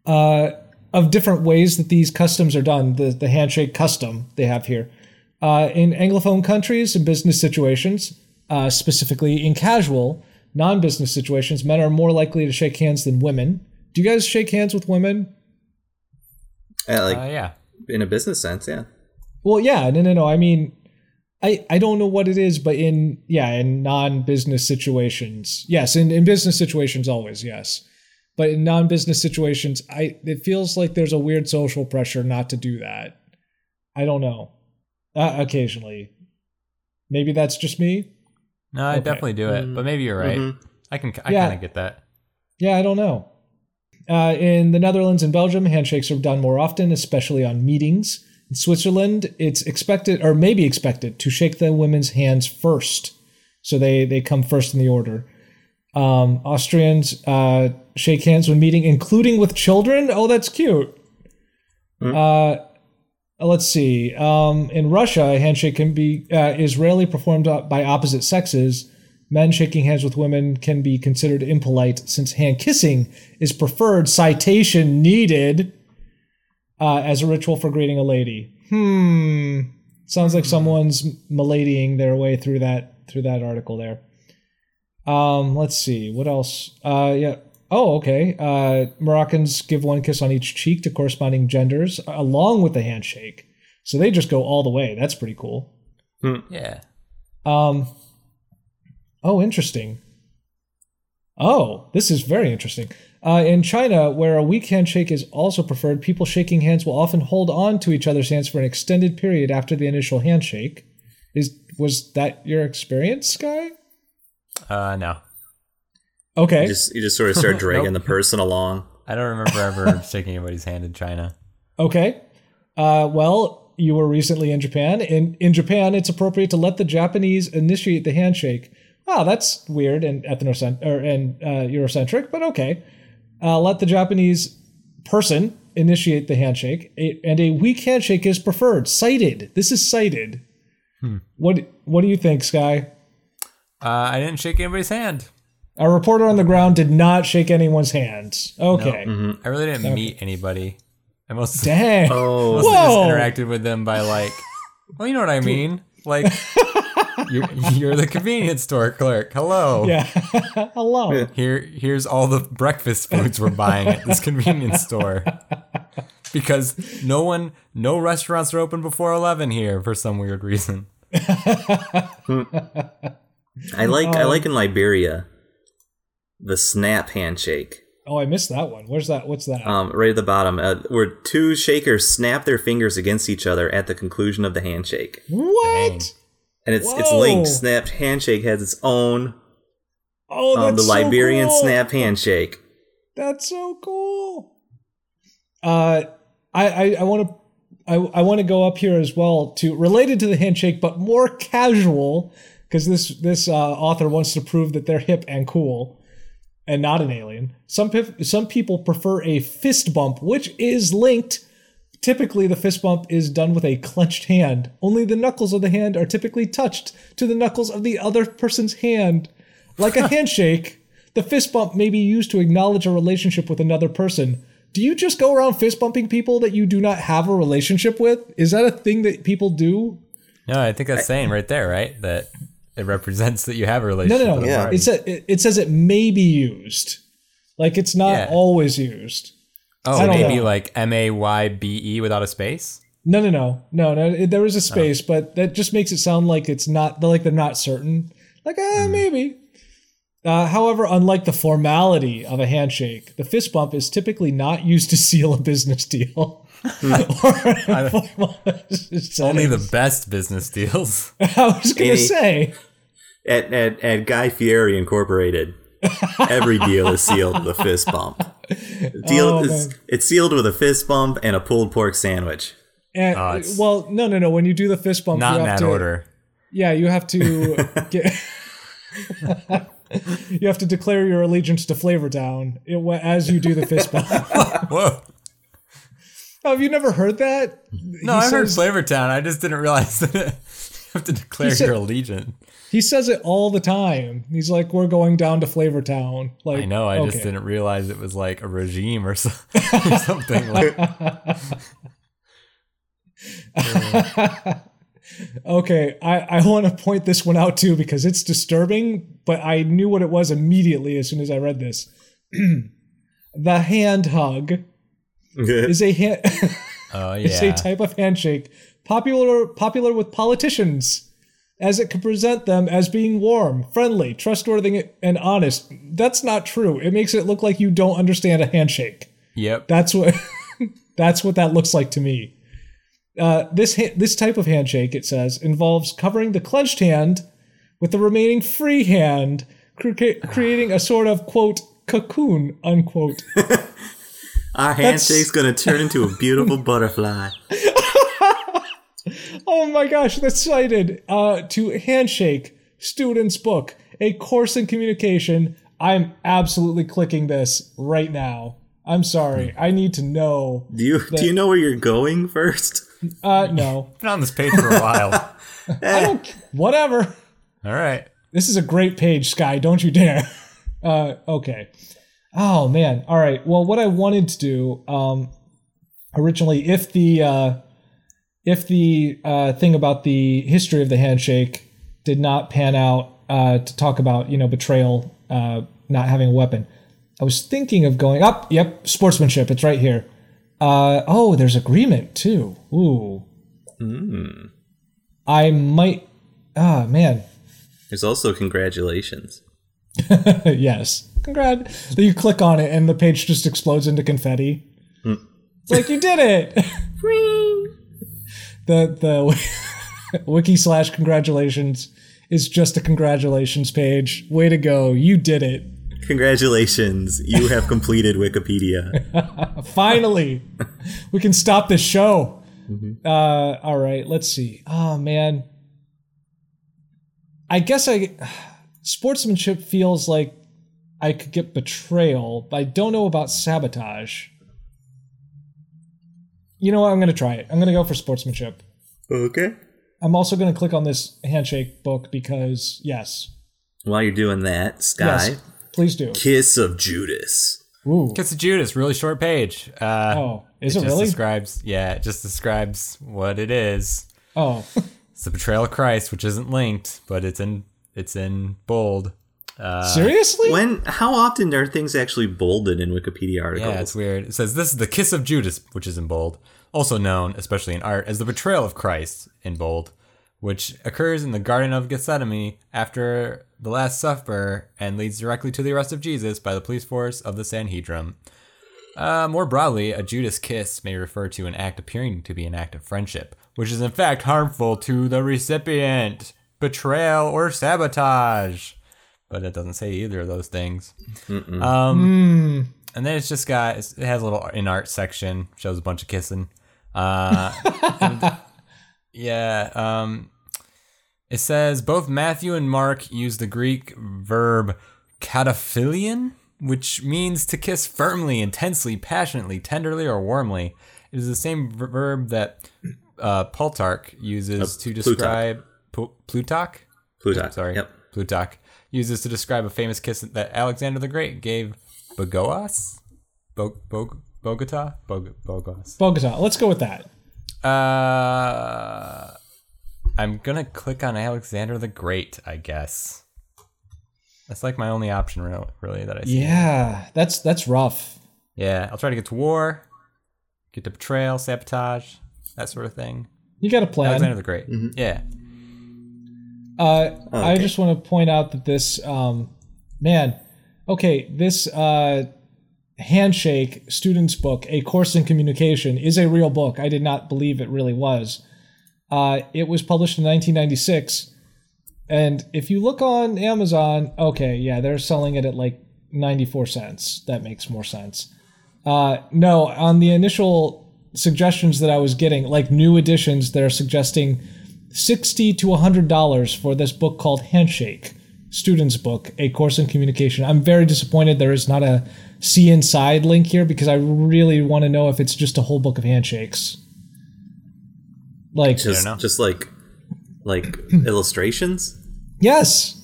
Speaker 2: Uh of different ways that these customs are done, the the handshake custom they have here. Uh, in anglophone countries and business situations, uh, specifically in casual, non-business situations, men are more likely to shake hands than women. Do you guys shake hands with women?
Speaker 3: Yeah, like
Speaker 1: Uh, yeah.
Speaker 3: in a business sense, yeah.
Speaker 2: Well, yeah, no, no, no. I mean, I I don't know what it is, but in yeah, in non-business situations, yes, in in business situations, always yes, but in non-business situations, I it feels like there's a weird social pressure not to do that. I don't know. Uh, occasionally, maybe that's just me.
Speaker 1: No, I
Speaker 2: Okay. Mm-hmm.
Speaker 1: definitely do it, but maybe you're right.
Speaker 3: Mhm.
Speaker 1: I can. I
Speaker 2: Yeah.
Speaker 1: kind of get that.
Speaker 2: Yeah, I don't know. Uh, in the Netherlands and Belgium, handshakes are done more often, especially on meetings. In Switzerland, it's expected or maybe expected to shake the women's hands first, so they they come first in the order. Um, Austrians uh, shake hands when meeting, including with children. Oh, that's cute. Uh, let's see. Um, in Russia, a handshake can be uh, is rarely performed uh, by opposite sexes. Men shaking hands with women can be considered impolite since hand kissing is preferred. Citation needed uh, as a ritual for greeting a lady. Hmm. Sounds like someone's maladying their way through that through that article there. Um, let's see what else. Uh, yeah. Oh, okay. Uh, Moroccans give one kiss on each cheek to corresponding genders, along with the handshake. So they just go all the way. That's pretty cool.
Speaker 1: Yeah.
Speaker 2: Um, oh, interesting. Oh, this is very interesting. Uh, in China, where a weak handshake is also preferred, people shaking hands will often hold on to each other's hands for an extended period after the initial handshake. Is was that your experience, Sky?
Speaker 1: Uh, no,
Speaker 2: Okay.
Speaker 3: You just you just sort of start dragging the person along.
Speaker 1: I don't remember ever shaking anybody's hand in China.
Speaker 2: Okay. Uh, well, you were recently in Japan. In in Japan, it's appropriate to let the Japanese initiate the handshake. Wow, that's weird and ethnocent or and uh, Eurocentric, but okay. Uh, let the Japanese person initiate the handshake, a, and a weak handshake is preferred. Cited. This is cited. What What do you think, Sky?
Speaker 1: Uh, I didn't shake anybody's hand.
Speaker 2: Our reporter on the ground did not shake anyone's hands. Okay.
Speaker 1: I really didn't meet anybody. I mostly,
Speaker 2: Dang.
Speaker 3: Oh,
Speaker 1: mostly just
Speaker 2: Whoa.
Speaker 1: interacted with them by like, well, you know what I mean. Like, you're, you're the convenience store clerk. Hello.
Speaker 2: Yeah. Hello.
Speaker 1: Here, here's all the breakfast foods we're buying at this convenience store. Because no one, no restaurants are open before eleven here for some weird reason.
Speaker 3: I like
Speaker 2: um,
Speaker 3: I like in Liberia the snap handshake.
Speaker 2: Oh, I missed that one. Where's that? What's that?
Speaker 3: Um, right at the bottom, uh, where two shakers snap their fingers against each other at the conclusion of the handshake,
Speaker 2: what?
Speaker 1: Dang.
Speaker 3: and it's it's
Speaker 2: Whoa.
Speaker 3: linked. Snapped handshake has its own
Speaker 2: Oh, that's
Speaker 3: um, the
Speaker 2: so
Speaker 3: Liberian
Speaker 2: cool.
Speaker 3: snap handshake.
Speaker 2: That's so cool. Uh, I I want to. I, I want to go up here as well to related to the handshake, but more casual, because this this uh, author wants to prove that they're hip and cool, and not an alien. Some pif- some people prefer a fist bump, which is linked. Typically, the fist bump is done with a clenched hand. Only the knuckles of the hand are typically touched to the knuckles of the other person's hand, like a handshake. The fist bump may be used to acknowledge a relationship with another person. Do you just go around fist bumping people that you do not have a relationship with? Is that a thing that people do?
Speaker 1: No, I think that's saying right there, right? That it represents that you have a
Speaker 2: No,
Speaker 1: relationship.
Speaker 2: no, no.
Speaker 1: with a
Speaker 3: Yeah.
Speaker 1: party.
Speaker 2: It, sa- it- it says it may be used. Like it's not
Speaker 1: Yeah.
Speaker 2: always used. I
Speaker 1: Oh,
Speaker 2: don't
Speaker 1: maybe
Speaker 2: know.
Speaker 1: like M A Y B E without a space.
Speaker 2: No, no, no, no, no. it- There is a space, but that just makes it sound like it's not like they're not certain. Like, ah,
Speaker 1: Mm.
Speaker 2: maybe. Uh, however, unlike the formality of a handshake, the fist bump is typically not used to seal a business deal.
Speaker 1: Hmm.
Speaker 2: or a formal
Speaker 1: Only the best business deals.
Speaker 2: I was gonna
Speaker 3: Any-
Speaker 2: say
Speaker 3: At, at, at Guy Fieri Incorporated, every deal is sealed with a fist bump. Deal
Speaker 2: Oh,
Speaker 3: is,
Speaker 2: man.
Speaker 3: it's sealed with a fist bump and a pulled pork sandwich.
Speaker 2: And,
Speaker 1: Oh, it's-
Speaker 2: well, no, no, no. When you do the fist bump,
Speaker 1: Not
Speaker 2: you
Speaker 1: in
Speaker 2: have
Speaker 1: that
Speaker 2: to,
Speaker 1: order.
Speaker 2: Yeah, you have to get. you have to declare your allegiance to Flavor Town it- as you do the fist bump.
Speaker 1: Whoa.
Speaker 2: Oh, have you never heard that?
Speaker 1: No, I heard
Speaker 2: says-
Speaker 1: Flavortown. I just didn't realize that you have to declare
Speaker 2: said-
Speaker 1: your allegiance.
Speaker 2: He says it all the time. He's like, "We're going down to Flavor Town."
Speaker 1: I
Speaker 2: Like,
Speaker 1: know. I just
Speaker 2: okay.
Speaker 1: didn't realize it was like a regime or, so, or something like.
Speaker 2: Okay, I, I want to point this one out too because it's disturbing, but I knew what it was immediately as soon as I read this. the hand hug is a hand.
Speaker 1: Oh
Speaker 2: It's
Speaker 1: yeah.
Speaker 2: a type of handshake popular popular with politicians, as it can present them as being warm, friendly, trustworthy, and honest. That's not true. It makes it look like you don't understand a handshake.
Speaker 1: yep.
Speaker 2: That's what that's what that looks like to me. Uh, this ha- this type of handshake, it says, involves covering the clenched hand with the remaining free hand, cre- creating a sort of quote cocoon unquote
Speaker 3: Our handshake's going to turn into a beautiful butterfly.
Speaker 2: Oh my gosh, that's cited uh, to Handshake, Student's Book, A Course in Communication. I'm absolutely clicking this right now. I'm sorry. I need to know.
Speaker 3: Do you, do you know where you're going first?
Speaker 2: Uh, no.
Speaker 1: Been on this page for a while.
Speaker 2: I don't, whatever.
Speaker 1: All right.
Speaker 2: This is a great page, Sky. Don't you dare. Uh, okay. Oh man. All right. Well, what I wanted to do um, originally, if the uh, if the uh, thing about the history of the handshake did not pan out uh, to talk about, you know, betrayal, uh, not having a weapon, I was thinking of going up. yep, sportsmanship. It's right here. Uh, oh, there's agreement too. Ooh. I might. Ah, man.
Speaker 3: There's also congratulations.
Speaker 2: yes. Congrats. Then you click on it and the page just explodes into confetti. It's like you did it. the the wiki slash congratulations is just a congratulations page. Way to go. You did it.
Speaker 3: Congratulations, you have completed Wikipedia.
Speaker 2: Finally. we can stop this show.
Speaker 1: Mm-hmm.
Speaker 2: Uh all right, let's see. Oh man. I guess I sportsmanship feels like I could get betrayal, but I don't know about sabotage. You know what? I'm going to try it. I'm going to go for sportsmanship.
Speaker 3: Okay.
Speaker 2: I'm also going to click on this handshake book because, yes.
Speaker 3: While you're doing that, Sky,
Speaker 2: Yes. Please do.
Speaker 3: Kiss of Judas.
Speaker 2: Ooh.
Speaker 1: Kiss of Judas. Really short page. Uh,
Speaker 2: Oh, is
Speaker 1: it
Speaker 2: it
Speaker 1: just
Speaker 2: really?
Speaker 1: describes. Yeah. It just describes what it is.
Speaker 2: Oh.
Speaker 1: It's the betrayal of Christ, which isn't linked, but it's in it's in bold. Uh,
Speaker 2: Seriously?
Speaker 3: When? How often are things actually bolded in Wikipedia articles?
Speaker 1: Yeah, it's weird. It says this is the kiss of Judas, which is in bold, also known, especially in art, as the betrayal of Christ in bold, which occurs in the Garden of Gethsemane after the Last Supper and leads directly to the arrest of Jesus by the police force of the Sanhedrin. Uh, more broadly, a Judas kiss may refer to an act appearing to be an act of friendship, which is in fact harmful to the recipient, betrayal, or sabotage. But it doesn't say either of those things. Um, and then it's just got it's, it has a little in art section shows a bunch of kissing. Uh, and- yeah. Um, it says both Matthew and Mark use the Greek verb kataphilion, which means to kiss firmly, intensely, passionately, tenderly, or warmly. It is the same ver- verb that uh, Plutarch uses
Speaker 3: Uh,
Speaker 1: to
Speaker 3: Plutarch.
Speaker 1: describe Pl- Plutarch.
Speaker 3: Plutarch.
Speaker 1: Sorry.
Speaker 3: Yep.
Speaker 1: Plutarch uses to describe a famous kiss that Alexander the Great gave Bogoas? Bog- Bog- Bogota? Bog- Bogos.
Speaker 2: Bogota. Let's go with that.
Speaker 1: Uh, I'm going to click on Alexander the Great, I guess. That's like my only option, re- really, that I see.
Speaker 2: Yeah, that's that's rough.
Speaker 1: Yeah, I'll try to get to war, get to betrayal, sabotage, that sort of thing.
Speaker 2: You got a plan.
Speaker 1: Alexander the Great.
Speaker 3: Mm-hmm.
Speaker 1: Yeah.
Speaker 2: Uh, I just want to point out that this um, man, okay, this uh, handshake students book, a course in communication, is a real book. I did not believe it really was. Uh, it was published in 1996, and if you look on Amazon, okay, yeah, they're selling it at like 94 cents. That makes more sense. Uh, no, on the initial suggestions that I was getting, like new editions that are suggesting 60 to 100 dollars for this book called handshake students book a course in communication i'm very disappointed there is not a see inside link here because i really want to know if it's just a whole book of handshakes like
Speaker 3: Just,
Speaker 1: know.
Speaker 3: just like like illustrations,
Speaker 2: yes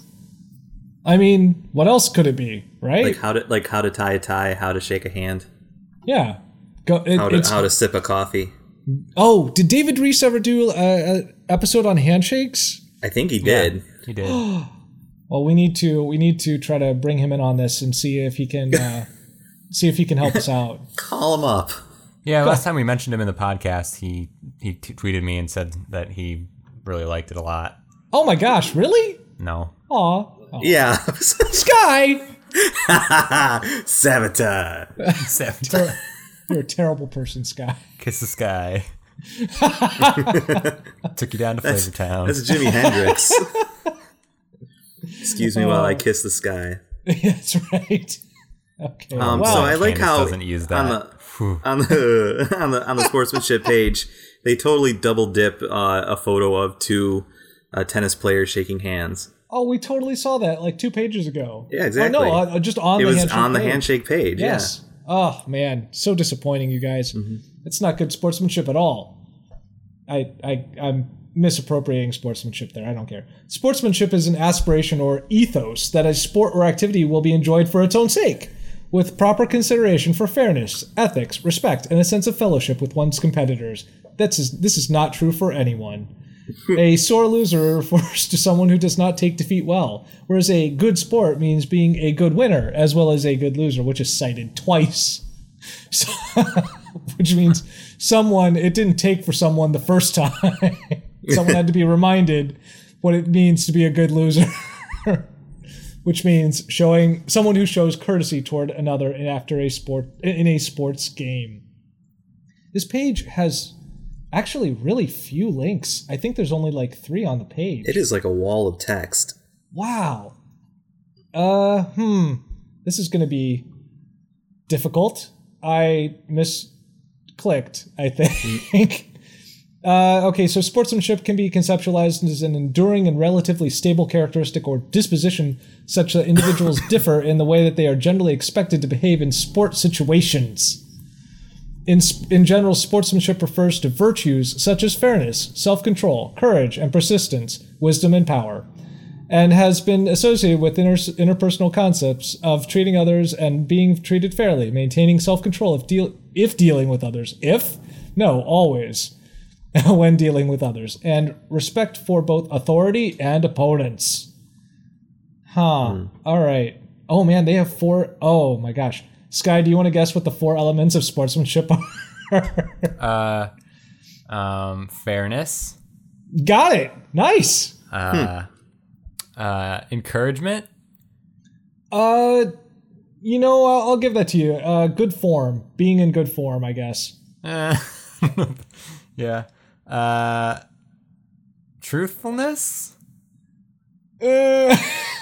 Speaker 2: i mean what else could it be right
Speaker 3: like how to like how to tie a tie, how to shake a hand,
Speaker 2: yeah Go, it-
Speaker 3: how to
Speaker 2: it's-
Speaker 3: how to sip a coffee.
Speaker 2: oh did david reese ever do an episode on handshakes
Speaker 3: I think he did.
Speaker 1: He did.
Speaker 2: Well, we need to we need to try to bring him in on this and see if he can uh, see if he can help us out.
Speaker 3: Call him up.
Speaker 1: Yeah, last time we mentioned him in the podcast, he he t- tweeted me and said that he really liked it a lot.
Speaker 2: Oh my gosh, really?
Speaker 1: No.
Speaker 2: Aw, oh.
Speaker 3: Yeah,
Speaker 2: Sky,
Speaker 3: sabotage.
Speaker 1: Except
Speaker 2: you're a terrible person, Sky.
Speaker 1: Kiss the Sky. Took you down to Flavor Town.
Speaker 3: That's Jimi Hendrix. Excuse me while I kiss the sky.
Speaker 2: That's right. Okay.
Speaker 3: Um,
Speaker 2: wow.
Speaker 3: So I like
Speaker 1: Candace
Speaker 3: how
Speaker 1: doesn't use that.
Speaker 3: on the on the on the on the sportsmanship page, they totally double dip uh, a photo of two uh, tennis players shaking hands.
Speaker 2: oh, we totally saw that like two pages ago.
Speaker 3: Yeah, exactly.
Speaker 2: Oh, no, uh, just on
Speaker 3: It
Speaker 2: the
Speaker 3: was
Speaker 2: handshake
Speaker 3: on the
Speaker 2: page.
Speaker 3: handshake page.
Speaker 2: Yes. Oh man, so disappointing, you guys. It's not good sportsmanship at all. I, I, I'm misappropriating sportsmanship there. I don't care. Sportsmanship is an aspiration or ethos that a sport or activity will be enjoyed for its own sake, with proper consideration for fairness, ethics, respect, and a sense of fellowship with one's competitors. That's is, this is not true for anyone. a sore loser refers to someone who does not take defeat well, whereas a good sport means being a good winner as well as a good loser, which is cited twice. So, which means someone it didn't take for someone the first time. someone had to be reminded what it means to be a good loser. which means showing someone who shows courtesy toward another in after a sport in a sports game. This page has actually really few links. I think there's only like 3 on the page.
Speaker 3: Yeah. It is like a wall of text.
Speaker 2: Wow. Uh, hmm. This is going to be difficult. I misclicked, I think. uh, okay, so sportsmanship can be conceptualized as an enduring and relatively stable characteristic or disposition such that individuals differ in the way that they are generally expected to behave in sport situations. In, sp- in general, sportsmanship refers to virtues such as fairness, self control, courage, and persistence, wisdom, and power and has been associated with inter- interpersonal concepts of treating others and being treated fairly, maintaining self-control if deal if dealing with others. If no, always when dealing with others, and respect for both authority and opponents. Huh. All right. Oh man, they have four oh my gosh. Sky, do you want to guess what the four elements of sportsmanship are?
Speaker 1: Um, fairness,
Speaker 2: Got it. Nice.
Speaker 1: uh, encouragement,
Speaker 2: Uh, you know, I'll, I'll give that to you. Uh, good form, being in good form, I guess.
Speaker 1: uh, yeah, uh, truthfulness, Eh.
Speaker 2: Uh,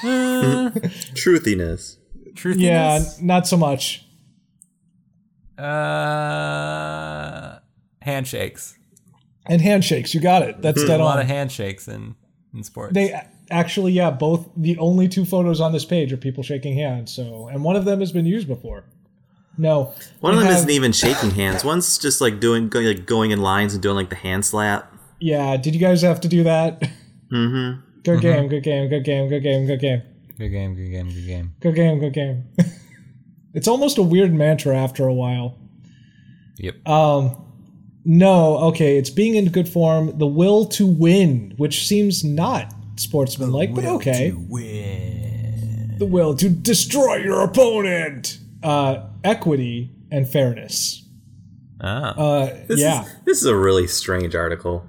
Speaker 3: Truthiness.
Speaker 1: truthfulness.
Speaker 2: yeah, n- not so much.
Speaker 1: Uh, handshakes.
Speaker 2: And handshakes, you got it. That's dead
Speaker 1: A lot of
Speaker 2: on.
Speaker 1: handshakes in, in sports.
Speaker 2: um, They a- actually, yeah, both the only two photos on this page are people shaking hands. So, and one of them has been used before. No,
Speaker 3: One
Speaker 2: we
Speaker 3: of them
Speaker 2: have-
Speaker 3: isn't even shaking hands. One's just like doing go- like going in lines and doing like the hand slap.
Speaker 2: Yeah, did you guys have to do that? Mm-hmm. Good game, good game, good game, good game, good game,
Speaker 1: good game, good game, good game.
Speaker 2: good game, good game. it's almost a weird mantra after a while.
Speaker 1: Yep.
Speaker 2: Um, No, okay, it's being in good form, the will to win, which seems not sportsmanlike, but okay. The will to destroy your opponent, uh, equity and fairness.
Speaker 1: ah.
Speaker 2: Uh,
Speaker 3: This
Speaker 2: yeah,
Speaker 3: Is, this is a really strange article.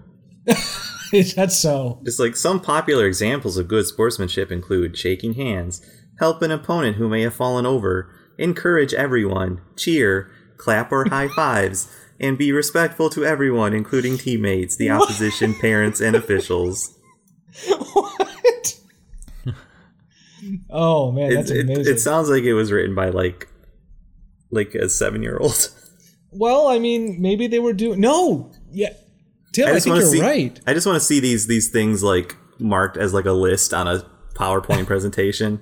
Speaker 2: that's so.
Speaker 3: It's like some popular examples of good sportsmanship include shaking hands, help an opponent who may have fallen over, encourage everyone, cheer, clap or high fives, and be respectful to everyone, including teammates, the opposition, parents, and officials.
Speaker 2: what? oh man,
Speaker 3: It,
Speaker 2: that's
Speaker 3: it,
Speaker 2: amazing.
Speaker 3: it sounds like it was written by like like a seven year old.
Speaker 2: Well, I mean, maybe they were doing. No, yeah, Tim, I, think
Speaker 3: wanna
Speaker 2: you're
Speaker 3: see,
Speaker 2: right.
Speaker 3: I just want to see these these things like marked as like a list on a PowerPoint presentation.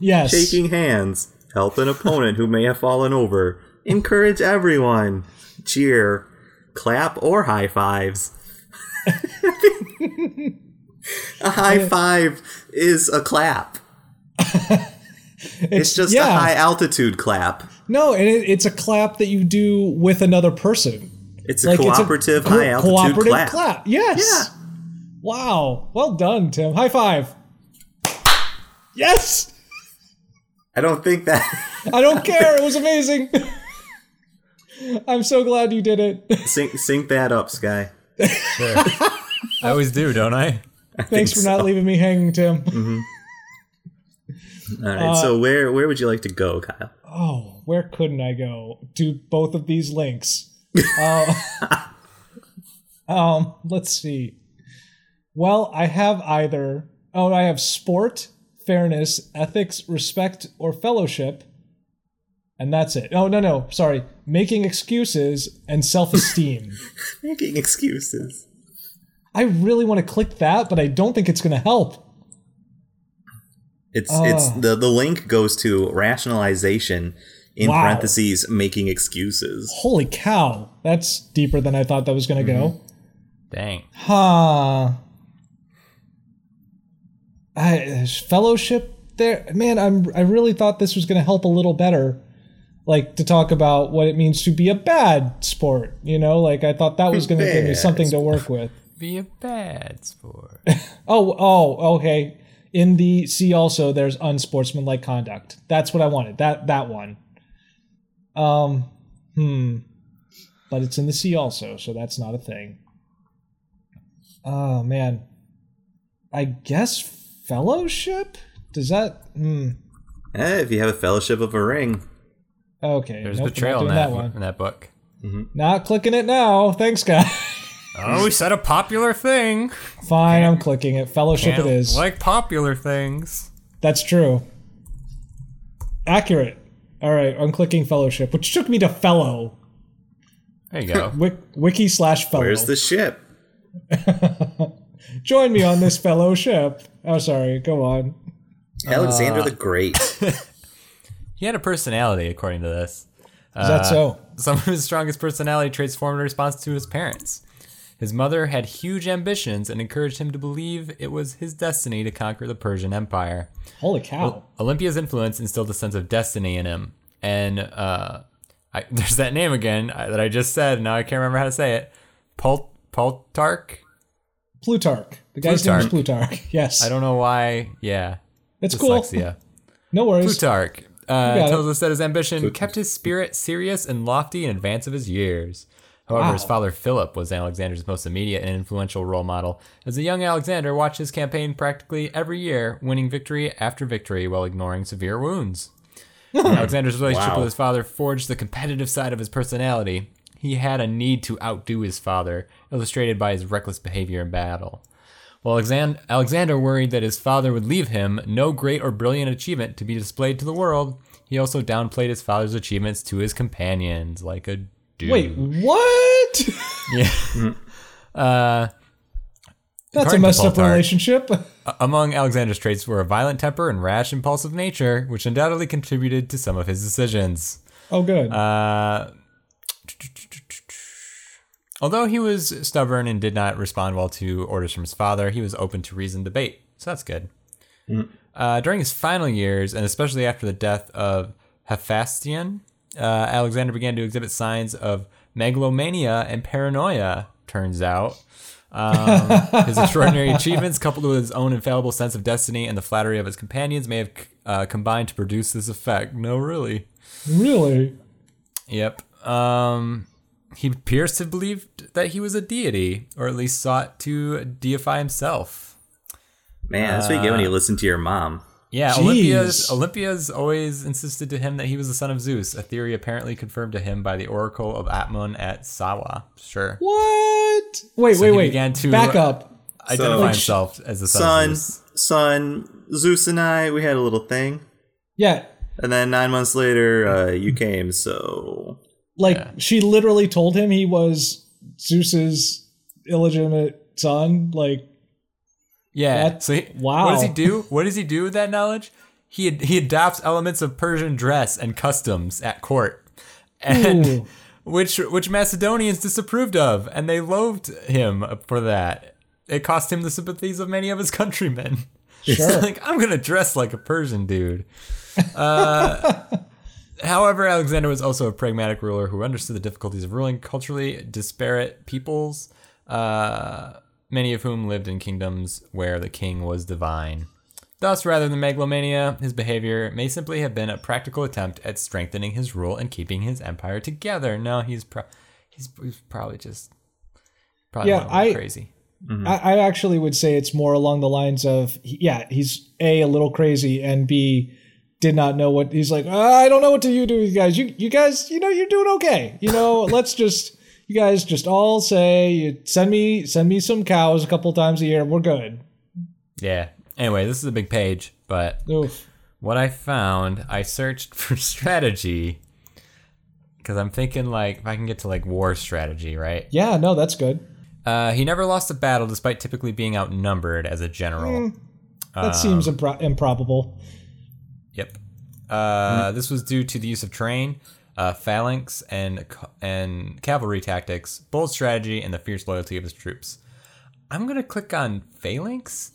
Speaker 2: Yes,
Speaker 3: shaking hands, help an opponent who may have fallen over, encourage everyone, cheer, clap or high fives. a high five is a clap. It's just a
Speaker 2: yeah.
Speaker 3: high altitude clap.
Speaker 2: No, and it, it's a clap that you do with another person.
Speaker 3: It's a cooperative
Speaker 2: co-
Speaker 3: high altitude
Speaker 2: cooperative
Speaker 3: clap.
Speaker 2: Yes. Wow. Well done, Tim. High five. Yes.
Speaker 3: I don't think that
Speaker 2: I don't care. It was amazing. I'm so glad you did it.
Speaker 3: sync sync that up, Sky.
Speaker 1: Sure. I always do, don't I?
Speaker 2: Thanks for not leaving me hanging, Tim.
Speaker 3: All right. so where where would you like to go, Kyle?
Speaker 2: Oh, where couldn't I go? Do both of these links. uh, um, let's see. Well, I have either. Oh, I have sport, fairness, ethics, respect, or fellowship. And that's it. Oh, no, no. Sorry. Making excuses and self esteem.
Speaker 3: Making excuses.
Speaker 2: I really want to click that, but I don't think it's going to help.
Speaker 3: It's it's the the link goes to rationalization in
Speaker 2: Wow.
Speaker 3: parentheses making excuses.
Speaker 2: Holy cow. That's deeper than I thought that was going to go.
Speaker 1: Dang.
Speaker 2: Huh. I there's fellowship there, man. I'm I really thought this was going to help a little better, like to talk about what it means to be a bad sport. You know, like I thought that was going to give me
Speaker 3: Bad
Speaker 2: something to work with.
Speaker 1: Be a bad sport.
Speaker 2: Oh, oh, okay. In the see also there's unsportsmanlike conduct. That's what I wanted. That that one. Um, hmm. But it's in the sea also, so that's not a thing. Oh man. I guess fellowship? Does that hmm.
Speaker 3: Eh, if you have a fellowship of a ring,
Speaker 2: Okay.
Speaker 1: There's
Speaker 2: nope,
Speaker 1: betrayal
Speaker 2: not
Speaker 1: in
Speaker 2: doing
Speaker 1: that,
Speaker 2: that one.
Speaker 1: in that book.
Speaker 2: Not clicking it now. Thanks, guys.
Speaker 1: Oh, we said a popular thing.
Speaker 2: Fine, I'm clicking it. Fellowship it is.
Speaker 1: Like popular things.
Speaker 2: That's true. Accurate. All right, I'm clicking fellowship, which took me to fellow.
Speaker 1: There you go.
Speaker 2: Wik- wiki slash fellow.
Speaker 3: where's the ship?
Speaker 2: Join me on this fellowship. Oh, sorry. Go on.
Speaker 3: Alexander the Great.
Speaker 1: he had a personality, according to this.
Speaker 2: Is
Speaker 1: Uh,
Speaker 2: that so?
Speaker 1: Some of his strongest personality traits formed in response to his parents. His mother had huge ambitions and encouraged him to believe it was his destiny to conquer the Persian Empire.
Speaker 2: Holy cow.
Speaker 1: Olympia's influence instilled a sense of destiny in him. And uh, I, there's that name again uh, that I just said, and now I can't remember how to say it. Pol- Poltark?
Speaker 2: Plutarch. The guy's name is Plutarch. Yes.
Speaker 1: I don't know why. Yeah.
Speaker 2: It's cool.
Speaker 1: Dyslexia.
Speaker 2: No worries.
Speaker 1: Plutarch uh,
Speaker 2: got
Speaker 1: tells us that his ambition kept his spirit serious and lofty in advance of his years. However, his
Speaker 2: Wow.
Speaker 1: father Philip was Alexander's most immediate and influential role model, as a young Alexander watched his campaign practically every year, winning victory after victory while ignoring severe wounds. Alexander's relationship
Speaker 3: Wow.
Speaker 1: with his father forged the competitive side of his personality. He had a need to outdo his father, illustrated by his reckless behavior in battle. While Alexan- Alexander worried that his father would leave him no great or brilliant achievement to be displayed to the world, He also downplayed his father's achievements to his companions, like a dude.
Speaker 2: Wait, what?
Speaker 1: Yeah. uh,
Speaker 2: That's a
Speaker 1: According to
Speaker 2: messed
Speaker 1: Paul
Speaker 2: up
Speaker 1: Tart.
Speaker 2: relationship.
Speaker 1: among Alexander's traits were a violent temper and rash, impulsive nature, which undoubtedly contributed to some of his decisions.
Speaker 2: Oh, good.
Speaker 1: Uh, although he was stubborn and did not respond well to orders from his father, he was open to reasoned debate, so that's good. Uh, during his final years, and especially after the death of Hephaestion, uh, Alexander began to exhibit signs of megalomania and paranoia, turns out. Um, his extraordinary achievements, coupled with his own infallible sense of destiny and the flattery of his companions, may have uh, combined to produce this effect. No, really.
Speaker 2: really?
Speaker 1: Yep. Um, he appears to have believed that he was a deity, or at least sought to deify himself.
Speaker 3: Man, that's what you get when you listen to your mom.
Speaker 1: Yeah,
Speaker 2: Jeez.
Speaker 1: Olympia's Olympia's always insisted to him that he was the son of Zeus, a theory apparently confirmed to him by the oracle of Atmon at Sawa. Sure.
Speaker 2: What? Wait,
Speaker 1: So
Speaker 2: wait,
Speaker 1: he
Speaker 2: wait.
Speaker 1: began to- uh,
Speaker 2: Back up.
Speaker 1: Identify
Speaker 3: So-
Speaker 1: himself as the son,
Speaker 3: Son,
Speaker 1: of Zeus.
Speaker 3: son, Zeus and I, we had a little thing.
Speaker 2: Yeah.
Speaker 3: And then nine months later, uh, you came, so.
Speaker 2: Like she literally told him he was Zeus's illegitimate son. Like
Speaker 1: Yeah.
Speaker 2: That-
Speaker 1: so he,
Speaker 2: wow.
Speaker 1: what does he do? What does he do with that knowledge? He ad- he adopts elements of Persian dress and customs at court, and
Speaker 2: Ooh.
Speaker 1: which which Macedonians disapproved of, and they loathed him for that. It cost him the sympathies of many of his countrymen. He's
Speaker 2: Sure.
Speaker 1: like I'm gonna dress like a Persian dude. Uh, however, Alexander was also a pragmatic ruler who understood the difficulties of ruling culturally disparate peoples, uh, many of whom lived in kingdoms where the king was divine. Thus, rather than megalomania, his behavior may simply have been a practical attempt at strengthening his rule and keeping his empire together. No, he's pro- he's, he's probably just probably
Speaker 2: Yeah,
Speaker 1: went a little
Speaker 2: I-
Speaker 1: crazy.
Speaker 2: I, I actually would say it's more along the lines of he- yeah, he's a a little crazy and b did not know what he's like. "Ah, I don't know what to you do, you guys. You you guys, you know, you're doing okay. You know, let's just you guys just all say you send me send me some cows a couple times a year. We're good.
Speaker 1: Yeah. Anyway, this is a big page, but
Speaker 2: Oof.
Speaker 1: what I found, I searched for strategy because I'm thinking like if I can get to like war strategy, right?
Speaker 2: Yeah, no, that's good.
Speaker 1: Uh, he never lost a battle despite typically being outnumbered as a general.
Speaker 2: That seems impro- improbable.
Speaker 1: Yep. Uh, This was due to the use of train, uh, phalanx, and ca- and cavalry tactics, bold strategy, and the fierce loyalty of his troops. I'm gonna click on phalanx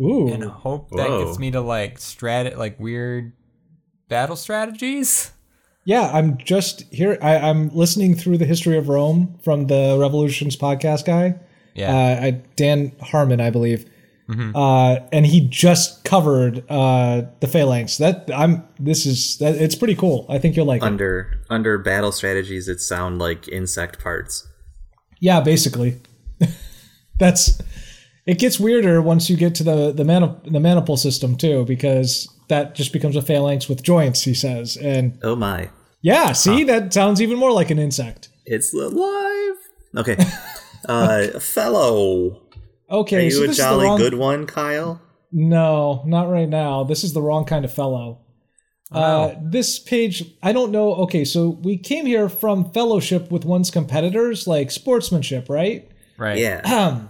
Speaker 2: Ooh.
Speaker 1: and hope that
Speaker 3: Whoa.
Speaker 1: gets me to like strat like weird battle strategies.
Speaker 2: Yeah, I'm just here. I, I'm listening through the history of Rome from the Revolutions podcast guy.
Speaker 1: Yeah.
Speaker 2: uh, I- Dan Harmon, I believe,
Speaker 3: Mm-hmm.
Speaker 2: uh, and he just covered uh, the phalanx. That I'm. This is that. It's pretty cool. I think you'll like it.
Speaker 3: Under under battle strategies, it sound like insect parts.
Speaker 2: Yeah, basically, that's. It gets weirder once you get to the the mani- the maniple system too, because that just becomes a phalanx with joints. He says, and
Speaker 3: Oh my,
Speaker 2: yeah, see, that sounds even more like an insect.
Speaker 3: it's alive. Okay, uh, fellow,
Speaker 2: Okay,
Speaker 3: are you
Speaker 2: so
Speaker 3: a
Speaker 2: this is
Speaker 3: jolly
Speaker 2: the wrong.
Speaker 3: good one, Kyle?
Speaker 2: No, not right now. This is the wrong kind of fellow. Uh, this page, I don't know. Okay, so we came here from fellowship with one's competitors, like sportsmanship, right?
Speaker 1: right.
Speaker 3: Yeah,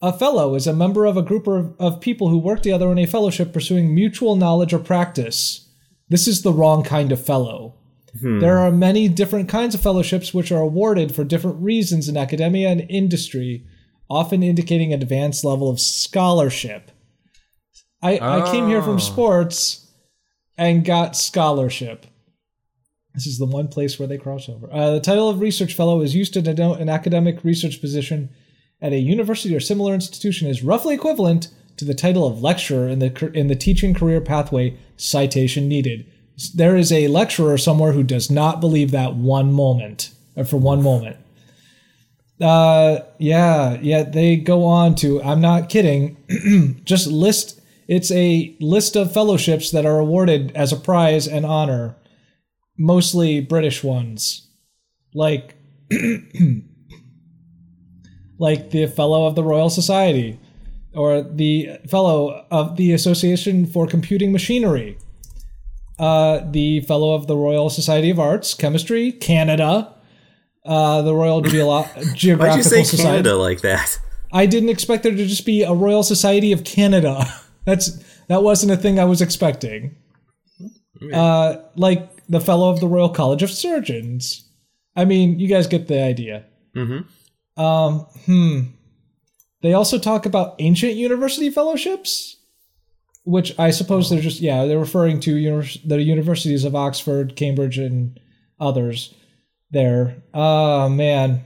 Speaker 2: A fellow is a member of a group of, of people who work together in a fellowship pursuing mutual knowledge or practice. This is the wrong kind of fellow. There are many different kinds of fellowships which are awarded for different reasons in academia and industry, often indicating an advanced level of scholarship. I, I came here
Speaker 1: Oh.
Speaker 2: from sports and got scholarship. This is the one place where they cross over. Uh, the title of research fellow is used to denote an academic research position at a university or similar institution is roughly equivalent to the title of lecturer in the car- in the teaching career pathway citation needed. S- There is a lecturer somewhere who does not believe that one moment or for one moment. Uh, yeah, yeah. They go on to. I'm not kidding. just list. It's a list of fellowships that are awarded as a prize and honor, mostly British ones, like like the Fellow of the Royal Society or the Fellow of the Association for Computing Machinery. uh, the fellow of the Royal Society of Arts, Chemistry, Canada, uh, the Royal Geolo- Geographical
Speaker 3: Why'd you say
Speaker 2: Society.
Speaker 3: Canada like that?
Speaker 2: I didn't expect there to just be a Royal Society of Canada. That's that wasn't a thing I was expecting. Uh, like the fellow of the Royal College of Surgeons. I mean, you guys get the idea. Mm-hmm. Um, hmm. They also talk about ancient university fellowships, which I suppose they're just yeah they're referring to univers- the universities of Oxford, Cambridge, and others. There. Oh man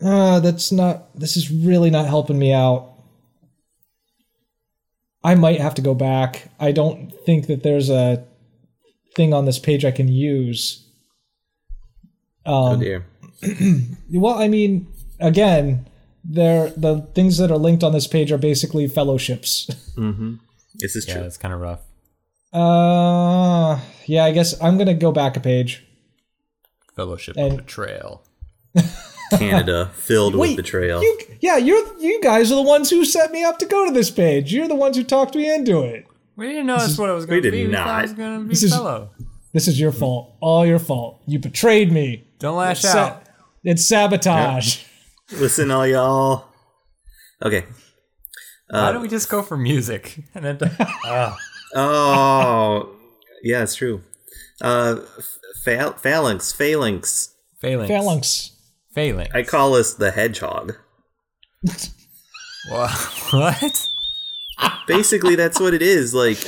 Speaker 2: uh, that's not this is really not helping me out i might have to go back i don't think that there's a thing on this page i can use
Speaker 3: Oh
Speaker 2: um,
Speaker 3: dear.
Speaker 2: well i mean again there the things that are linked on this page are basically fellowships
Speaker 3: This is
Speaker 1: Yeah,
Speaker 3: true.
Speaker 1: that's kind of rough.
Speaker 2: uh yeah i guess i'm gonna go back a page
Speaker 1: Fellowship
Speaker 2: And-
Speaker 1: of betrayal.
Speaker 3: Canada filled with betrayal.
Speaker 2: you yeah you're you guys are the ones who set me up to go to this page you're the ones who talked me into it
Speaker 1: We didn't know that's what it was
Speaker 3: we
Speaker 1: going to
Speaker 3: did
Speaker 1: be. We thought
Speaker 3: not.
Speaker 1: it was going to be
Speaker 2: is-
Speaker 1: fellow.
Speaker 2: This is your fault. All your fault. You betrayed me.
Speaker 1: Don't lash
Speaker 2: Sa-
Speaker 1: out.
Speaker 2: it's sabotage.
Speaker 3: Listen, all y'all. Okay. uh,
Speaker 1: Why don't we just go for music? And then
Speaker 3: Oh, yeah, it's trtrue. Uh, f- phal- phalanx, phalanx.
Speaker 1: failing.
Speaker 2: Phalanx.
Speaker 1: Failing.
Speaker 3: I call us the hedgehog.
Speaker 1: Wha- what?
Speaker 3: Basically, that's what it is. Like,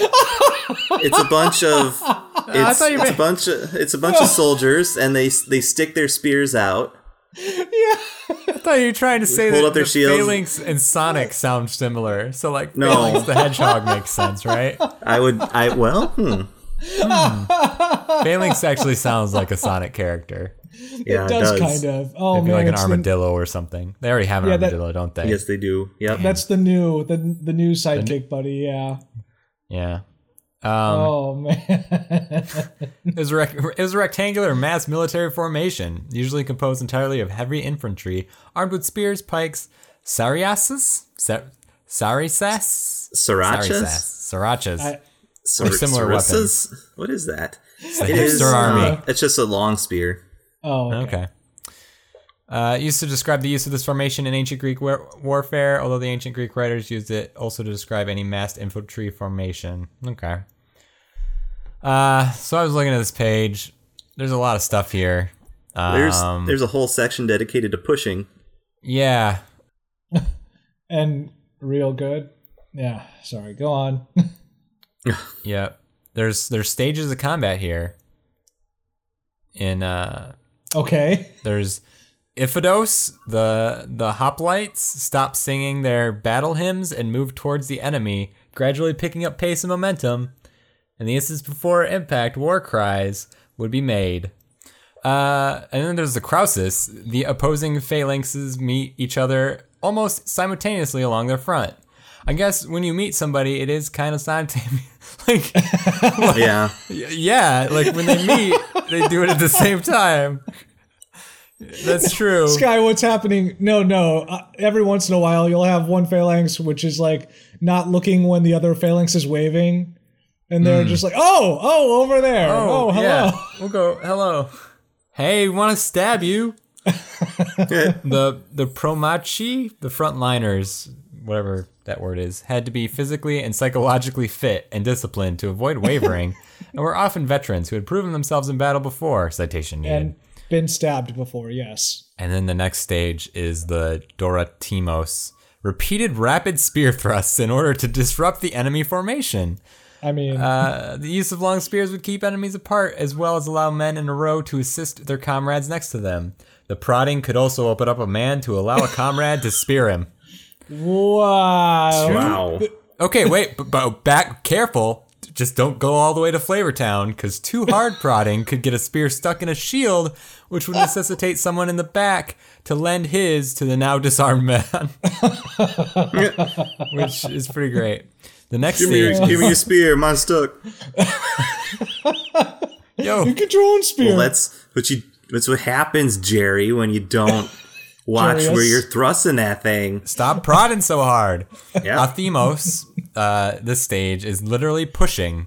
Speaker 3: it's a bunch of. It's,
Speaker 1: thought you
Speaker 3: it's a
Speaker 1: meant-
Speaker 3: bunch of it's a bunch of soldiers, and they they stick their spears out.
Speaker 2: Yeah.
Speaker 1: I thought you were trying to say
Speaker 3: pulled
Speaker 1: that
Speaker 3: up their
Speaker 1: the
Speaker 3: shields.
Speaker 1: Phalanx and Sonic sound similar. So like
Speaker 3: No.
Speaker 1: Phalanx the Hedgehog makes sense, right?
Speaker 3: I would I well hmm.
Speaker 1: Phalanx actually sounds like a Sonic character.
Speaker 3: yeah
Speaker 2: it does, kind of. Oh
Speaker 1: Maybe
Speaker 2: man.
Speaker 1: like an
Speaker 2: it's the-
Speaker 1: armadillo or something. They already have an
Speaker 2: Yeah, that-
Speaker 1: armadillo, don't they?
Speaker 3: yes they do yep
Speaker 2: that's the new the the new sidekick buddy. Yeah.
Speaker 1: Yeah.
Speaker 2: oh man.
Speaker 1: It was, a rec- it was a rectangular mass military formation, usually composed entirely of heavy infantry, armed with spears, pikes, sariases, Sa- sarisas,
Speaker 3: srirachas
Speaker 1: sarisas, sarachas.
Speaker 2: I-
Speaker 3: Sir-
Speaker 1: similar
Speaker 3: sarissas? what is that it
Speaker 1: hipster army.
Speaker 3: uh, it's just a long spear
Speaker 2: Oh. Okay.
Speaker 1: Okay. Uh, used to describe the use of this formation in ancient Greek war- warfare, although the ancient Greek writers used it also to describe any massed infantry formation. Okay. Uh, so I was looking at this page. There's a lot of stuff here.
Speaker 3: there's
Speaker 1: Um,
Speaker 3: there's a whole section dedicated to pushing
Speaker 1: yeah,
Speaker 2: And real good. Yeah. Sorry. Go on.
Speaker 1: Yeah. There's there's stages of combat here. In uh
Speaker 2: okay.
Speaker 1: there's Iphidos, the the hoplites stop singing their battle hymns and move towards the enemy, gradually picking up pace and momentum. In the instance before impact, war cries would be made. Uh, and then there's the Crausus. The opposing phalanxes meet each other almost simultaneously along their front. I guess when you meet somebody, it is kind of simultaneous. like,
Speaker 3: yeah
Speaker 1: Y- Yeah, like when they meet, they do it at the same time. That's true.
Speaker 2: Sky, what's happening? No, no. Uh, every once in a while, you'll have one phalanx which is like not looking when the other phalanx is waving, and
Speaker 1: Hmm.
Speaker 2: they're just like, "Oh, oh, over there. Oh, hello."
Speaker 1: We'll go. Hello. Hey, we want to stab you. the the promachi, the frontliners, whatever that word is, had to be physically and psychologically fit and disciplined to avoid wavering, and were often veterans who had proven themselves in battle before. Citation needed.
Speaker 2: And been stabbed before, yes.
Speaker 1: And then the next stage is the Doratimos. Repeated rapid spear thrusts in order to disrupt the enemy formation.
Speaker 2: I mean,
Speaker 1: Uh, the use of long spears would keep enemies apart, as well as allow men in a row to assist their comrades next to them. The prodding could also open up a man to allow a comrade to spear him.
Speaker 2: wow.
Speaker 3: wow
Speaker 1: Okay, wait, but, but back, careful. Just don't go all the way to Flavortown, because too hard prodding could get a spear stuck in a shield, which would necessitate someone in the back to lend his to the now disarmed man. which is pretty great. The next
Speaker 3: give me
Speaker 1: stage,
Speaker 3: your, give me your spear mine's stuck
Speaker 1: yo,
Speaker 2: You get your own spear.
Speaker 3: well that's what you that's what happens Jerry when you don't watch
Speaker 2: Curious.
Speaker 3: where you're thrusting that thing
Speaker 1: stop prodding so hard.
Speaker 3: yeah
Speaker 1: Athemos, uh, this stage is literally pushing.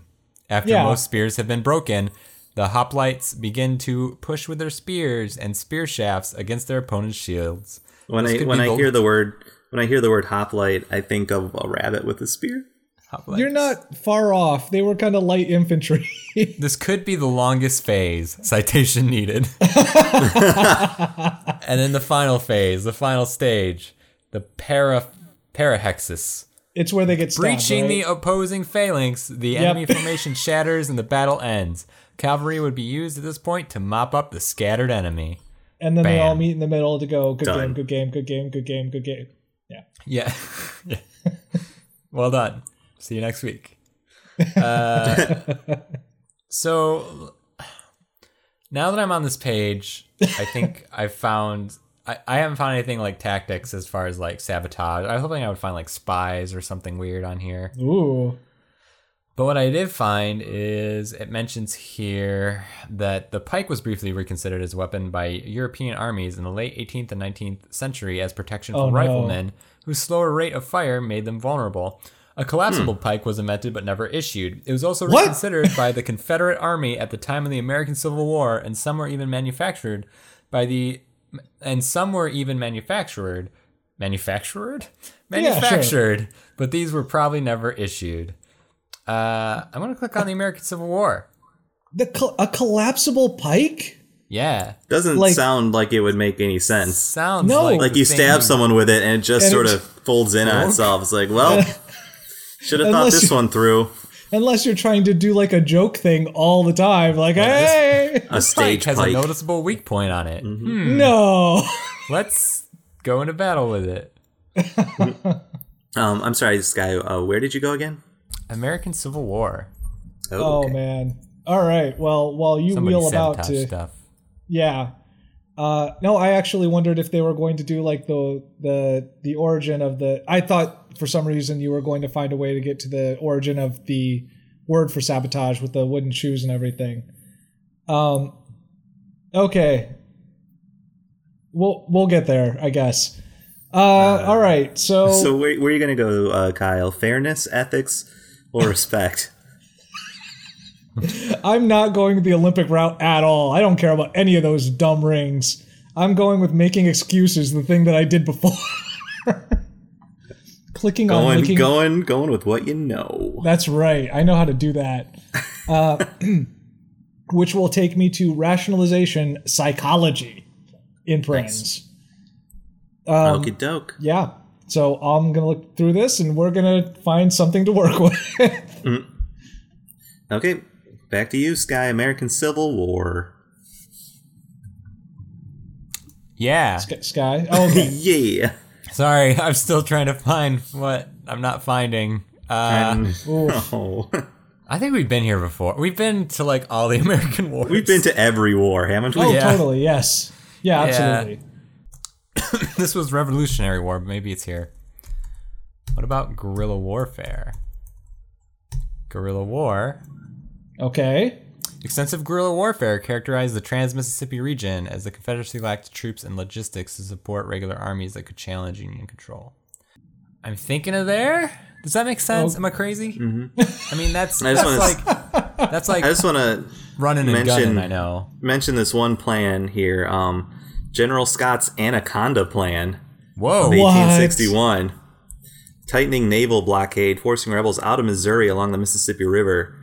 Speaker 1: After
Speaker 2: Yeah.
Speaker 1: most spears have been broken, the hoplites begin to push with their spears and spear shafts against their opponent's shields.
Speaker 3: When
Speaker 1: This
Speaker 3: I
Speaker 1: could
Speaker 3: when
Speaker 1: be
Speaker 3: I
Speaker 1: the-
Speaker 3: hear the word when I hear the word hoplite, I think of a rabbit with a spear.
Speaker 1: Hoplites.
Speaker 2: You're not far off. They were kind of light infantry.
Speaker 1: This could be the longest phase. Citation needed. and then the final phase, the final stage, the para parahexis.
Speaker 2: it's where they get stabbed.
Speaker 1: Breaching
Speaker 2: right?
Speaker 1: the opposing phalanx, the enemy formation shatters and the battle ends. Cavalry would be used at this point to mop up the scattered enemy.
Speaker 2: and then they all
Speaker 1: Bam.
Speaker 2: meet in the middle to go good game,
Speaker 3: Done.
Speaker 2: good game, good game, good game, good game. Yeah.
Speaker 1: Yeah. Yeah. well done. See you next week. Uh, so now that I'm on this page, I think I've found. I, I haven't found anything like tactics as far as like sabotage. I was hoping I would find like spies or something weird on here.
Speaker 2: Ooh.
Speaker 1: But what I did find is it mentions here that the pike was briefly reconsidered as a weapon by European armies in the late 18th and 19th century as protection
Speaker 2: Oh,
Speaker 1: from
Speaker 2: no.
Speaker 1: riflemen, whose slower rate of fire made them vulnerable. A collapsible pike was invented but never issued. It was also
Speaker 2: Hmm. What?
Speaker 1: reconsidered by the Confederate Army at the time of the American Civil War, and some were even manufactured by the and some were even manufactured manufactured
Speaker 2: sure.
Speaker 1: manufactured but these were probably never issued uh, i'm gonna click on the american civil war
Speaker 2: The col- a collapsible pike?
Speaker 1: yeah
Speaker 3: Doesn't
Speaker 2: Like-
Speaker 3: sound like it would make any sense.
Speaker 1: sounds
Speaker 2: No.
Speaker 1: like,
Speaker 3: Like
Speaker 1: the
Speaker 3: you
Speaker 1: thing-
Speaker 3: stab someone with it and it just
Speaker 2: And
Speaker 3: sort
Speaker 2: it-
Speaker 3: of folds in on itself. It's like, well, should have thought
Speaker 2: Unless
Speaker 3: this
Speaker 2: you-
Speaker 3: one through.
Speaker 2: Unless you're trying to do like a joke thing all the time, like hey,
Speaker 3: A
Speaker 1: pike
Speaker 3: stage
Speaker 1: has a
Speaker 3: pike. Mm-hmm.
Speaker 1: noticeable weak point on it Hmm,
Speaker 2: no.
Speaker 1: let's go into battle with it
Speaker 3: Um, I'm sorry, Sky. Uh, where did you go again?
Speaker 1: american civil war
Speaker 2: Oh
Speaker 3: okay.
Speaker 2: man. All right. Well, while you
Speaker 1: somebody
Speaker 2: wheel about
Speaker 1: sabotage
Speaker 2: to
Speaker 1: stuff
Speaker 2: yeah. Uh, no, I actually wondered if they were going to do like the the the origin of the. I thought for some reason you were going to find a way to get to the origin of the word for sabotage with the wooden shoes and everything. Um, okay, we'll we'll get there, I guess. Uh, all right,
Speaker 3: So where, where are you going to go, uh, Kyle? Fairness, ethics, or respect?
Speaker 2: I'm not going the Olympic route at all. I don't care about any of those dumb rings. I'm going with making excuses, the thing that I did before. Clicking on
Speaker 3: going,
Speaker 2: linking.
Speaker 3: going, going with what you know.
Speaker 2: That's right. I know how to do that. Uh, which will take me to rationalization psychology in brains.
Speaker 3: Okey doke.
Speaker 2: Yeah. So I'm going to look through this and we're going to find something to work with.
Speaker 3: Okay, back to you, Sky. American Civil War.
Speaker 1: yeah
Speaker 2: Sky. Oh, okay.
Speaker 3: Yeah.
Speaker 1: sorry i'm still trying to find what i'm not finding uh,
Speaker 3: oh.
Speaker 1: i think we've been here before we've been to like all the american wars
Speaker 3: We've been to every war, haven't we?
Speaker 2: Oh,
Speaker 1: Yeah.
Speaker 2: totally. Yes. Yeah, absolutely.
Speaker 1: this was Revolutionary War, but maybe it's here. What about guerrilla warfare? Guerrilla war.
Speaker 2: Okay.
Speaker 1: Extensive guerrilla warfare characterized the Trans Mississippi region as the Confederacy lacked troops and logistics to support regular armies that could challenge Union control. I'm thinking of there. Does that make sense? Am I crazy? Mm-hmm. I mean, that's,
Speaker 3: I
Speaker 1: that's
Speaker 3: just
Speaker 1: like that's like
Speaker 3: I just want to
Speaker 1: running and
Speaker 3: mention-
Speaker 1: gunning. I know.
Speaker 3: mention this one plan here. Um, General Scott's Anaconda Plan.
Speaker 1: Whoa.
Speaker 2: What?
Speaker 3: 1861. Tightening naval blockade, forcing rebels out of Missouri along the Mississippi River.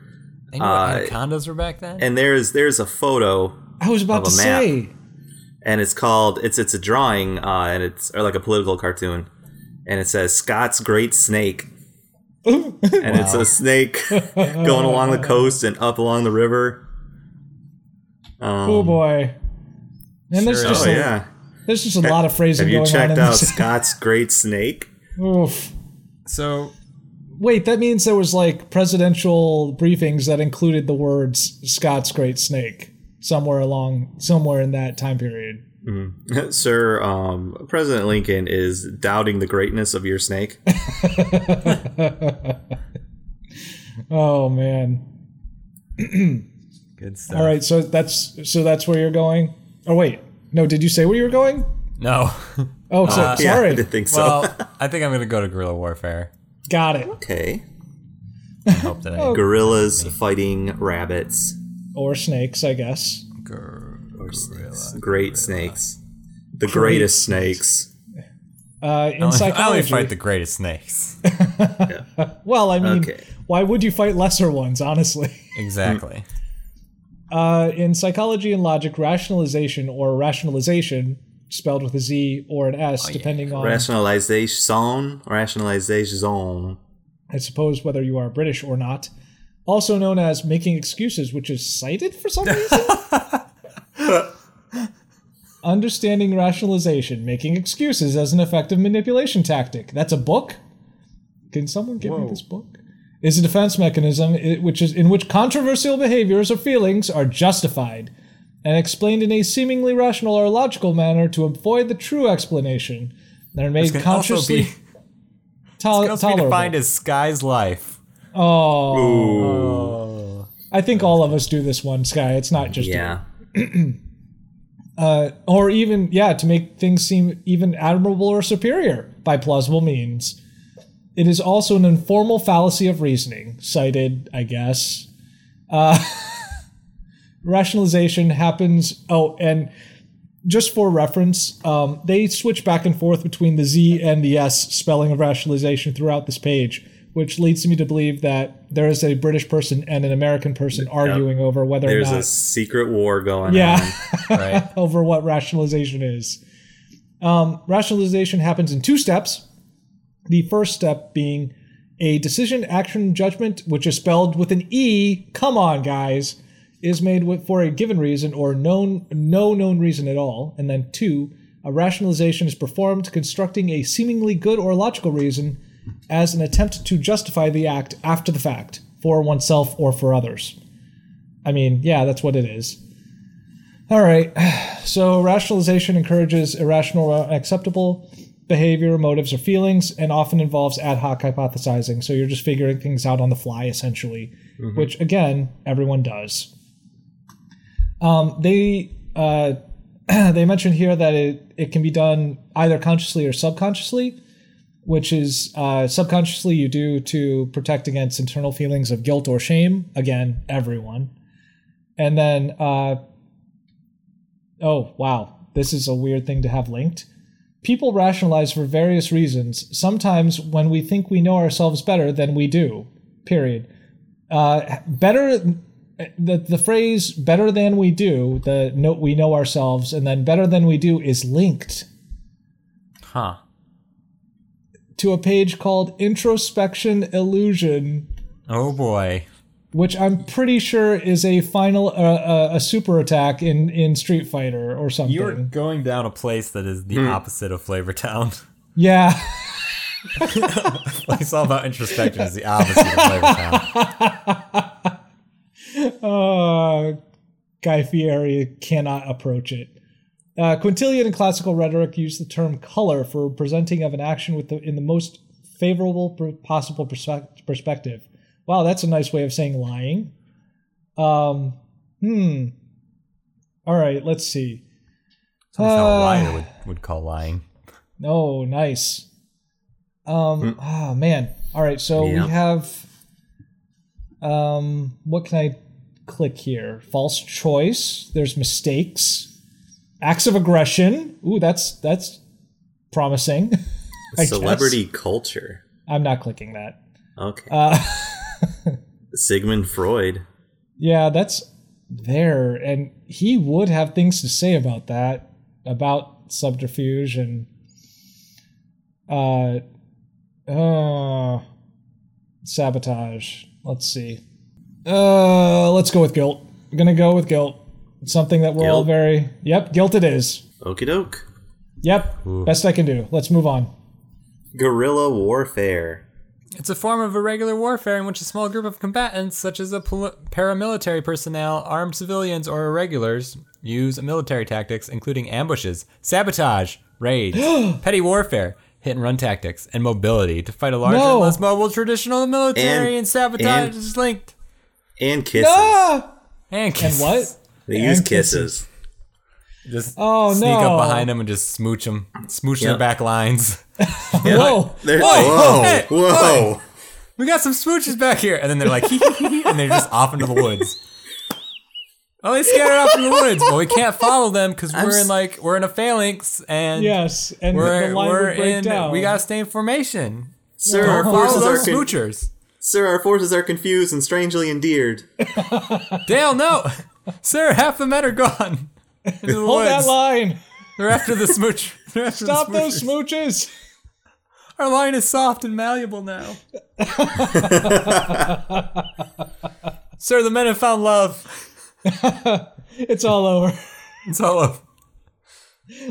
Speaker 1: They knew what anacondas were back then.
Speaker 3: uh, And there's there's a photo,
Speaker 2: I was about to
Speaker 3: Of a map.
Speaker 2: say.
Speaker 3: and it's called it's it's a drawing, uh, and it's or like a political cartoon, and it says Scott's Great Snake,
Speaker 2: Oh,
Speaker 3: and it's a snake going along the coast and up along the river. Um,
Speaker 2: Oh boy. And there's
Speaker 1: Sure
Speaker 2: just
Speaker 3: oh
Speaker 2: a,
Speaker 3: yeah,
Speaker 2: there's just a lot of phrasing
Speaker 3: have you
Speaker 2: going
Speaker 3: checked
Speaker 2: on.
Speaker 3: out
Speaker 2: In
Speaker 3: Scott's Great Snake?
Speaker 2: this. Oof.
Speaker 1: so
Speaker 2: Wait, that means there was like presidential briefings that included the words Scott's Great Snake somewhere along somewhere in that time period.
Speaker 3: Sir, um, President Lincoln is doubting the greatness of your snake.
Speaker 2: Oh man.
Speaker 1: good stuff.
Speaker 2: All right, so that's so that's where you're going. Oh wait. No, did you say where you were going?
Speaker 1: No.
Speaker 2: Oh, so,
Speaker 3: Uh, Yeah, I
Speaker 2: sorry.
Speaker 3: didn't think so.
Speaker 1: well, I think I'm gonna go to guerrilla warfare.
Speaker 2: Got it.
Speaker 3: okay.
Speaker 1: and hope that
Speaker 2: Oh.
Speaker 1: I.
Speaker 3: Gorillas fighting rabbits.
Speaker 2: Or snakes, I guess.
Speaker 1: Gor-
Speaker 3: Or snakes.
Speaker 1: gorilla.
Speaker 3: Great snakes. The greatest snakes. Oh,
Speaker 2: Uh,
Speaker 1: I only- I
Speaker 2: in
Speaker 1: only
Speaker 2: psychology.
Speaker 1: fight the greatest snakes.
Speaker 2: well, I mean,
Speaker 3: Okay.
Speaker 2: why would you fight lesser ones, honestly?
Speaker 1: Exactly.
Speaker 2: Uh, in psychology and logic, rationalization or rationalization, spelled with a Z or an S, depending on,
Speaker 3: Rationalization. Rationalization.
Speaker 2: I suppose, whether you are British or not. Also known as making excuses, which is cited for some reason. Understanding rationalization, making excuses as an effective manipulation tactic. That's a book. Can someone give me this book? Is a defense mechanism i- which is in which controversial behaviors or feelings are justified and explained in a seemingly rational or logical manner to avoid the true explanation and are made
Speaker 1: Can also
Speaker 2: consciously
Speaker 1: be,
Speaker 2: tol-
Speaker 1: can also be
Speaker 2: tolerable.
Speaker 1: defined as Sky's life.
Speaker 2: oh,
Speaker 3: Ooh.
Speaker 2: I think all of us do this one, Sky. It's not just you.
Speaker 3: Yeah.
Speaker 2: uh, or even yeah to make things seem even admirable or superior by plausible means it is also an informal fallacy of reasoning cited i guess uh, rationalization happens oh and just for reference um, they switch back and forth between the z and the s spelling of rationalization throughout this page which leads me to believe that there is a british person and an american person arguing over whether
Speaker 3: There's
Speaker 2: or not
Speaker 3: a secret war going on.
Speaker 2: yeah
Speaker 1: Right.
Speaker 2: over what rationalization is. Um, rationalization happens in two steps. The first step being a decision, action, judgment, which is spelled with an E. Come on, guys, is made with, for a given reason or known no known reason at all. And then two, a rationalization is performed, constructing a seemingly good or logical reason as an attempt to justify the act after the fact for oneself or for others. I mean, yeah, that's what it is. All right. So rationalization encourages irrational or unacceptable behavior, motives, or feelings, and often involves ad hoc hypothesizing. So you're just figuring things out on the fly, essentially, which again, everyone does. Um, they uh, they mentioned here that it, it can be done either consciously or subconsciously, which is uh, subconsciously you do to protect against internal feelings of guilt or shame. Again, everyone. And then uh, Oh, wow. This is a weird thing to have linked. People rationalize for various reasons, sometimes when we think we know ourselves better than we do. Period. Uh, better the, the phrase better than we do, the note we know ourselves, and then better than we do is linked
Speaker 1: Huh.
Speaker 2: to a page called Introspection Illusion,
Speaker 1: Oh boy.
Speaker 2: which I'm pretty sure is a final, uh, uh, a super attack in, in Street Fighter or something.
Speaker 1: You're going down a place that is
Speaker 2: Hmm.
Speaker 1: the opposite of Flavor Town.
Speaker 2: yeah.
Speaker 1: It's all about introspection is the opposite of Flavor Town.
Speaker 2: uh, Guy Fieri cannot approach it. Uh, Quintilian in classical rhetoric used the term color for presenting of an action with the, in the most favorable per- possible perspec- perspective. Wow, that's a nice way of saying lying. Um, hmm. All right, let's see.
Speaker 1: That's how a
Speaker 2: Uh.
Speaker 1: liar would, would call lying.
Speaker 2: No, Oh, nice. Um, ah, man. All right, so
Speaker 3: Yeah.
Speaker 2: we have. Um, what can I click here? False choice. There's mistakes, acts of aggression. Ooh, that's that's promising. I guess.
Speaker 3: Celebrity culture.
Speaker 2: I'm not clicking that.
Speaker 3: Okay.
Speaker 2: Uh,
Speaker 3: Sigmund Freud.
Speaker 2: yeah, that's there, and he would have things to say about that, about subterfuge and. Uh, uh, sabotage. Let's see. Uh, let's go with guilt. I'm gonna go with guilt. It's something that we're all
Speaker 3: Guilt?
Speaker 2: very. Yep, guilt it is.
Speaker 3: Okie doke.
Speaker 2: Yep, best I can do. Let's move on.
Speaker 3: Guerrilla warfare.
Speaker 1: It's a form of irregular warfare in which a small group of combatants, such as a pol- paramilitary personnel, armed civilians, or irregulars, use military tactics including ambushes, sabotage, raids, petty warfare, hit and run tactics, and mobility to fight a larger,
Speaker 2: No.
Speaker 1: and less mobile traditional military, and,
Speaker 3: And-
Speaker 1: sabotage
Speaker 3: and-
Speaker 1: is linked.
Speaker 3: And kisses.
Speaker 2: Ah!
Speaker 1: And,
Speaker 2: And what?
Speaker 3: They use
Speaker 2: And
Speaker 3: kisses.
Speaker 1: Just
Speaker 2: Oh,
Speaker 1: sneak
Speaker 2: no.
Speaker 1: up behind them and just smooch them, smooch their
Speaker 3: Yep.
Speaker 1: back lines.
Speaker 2: Whoa!
Speaker 3: They're-
Speaker 1: Whoa,
Speaker 3: Whoa.
Speaker 1: hey,
Speaker 3: Whoa.
Speaker 1: we got some smooches back here. And then they're like, hee hee hee, and they're just off into the woods. Oh, they scatter off in the woods, but we can't follow them because we're in
Speaker 3: s-
Speaker 1: like we're in a phalanx, and
Speaker 2: Yes, and
Speaker 1: we're,
Speaker 2: the line
Speaker 1: we're
Speaker 2: would break
Speaker 1: in
Speaker 2: down.
Speaker 1: we gotta stay in formation.
Speaker 3: Sir, our
Speaker 1: Follow
Speaker 3: forces are
Speaker 1: those
Speaker 3: con-
Speaker 1: smoochers.
Speaker 3: Sir, our forces are confused and strangely endeared.
Speaker 1: Dale, no, sir, half the men are gone. In the
Speaker 2: hold that
Speaker 1: woods.
Speaker 2: line.
Speaker 1: They're after the smooch. They're after the
Speaker 2: Stop those
Speaker 1: smoochers.
Speaker 2: smooches.
Speaker 1: Our line is soft and malleable now. Sir, the men have found love.
Speaker 2: It's all over.
Speaker 1: It's all over.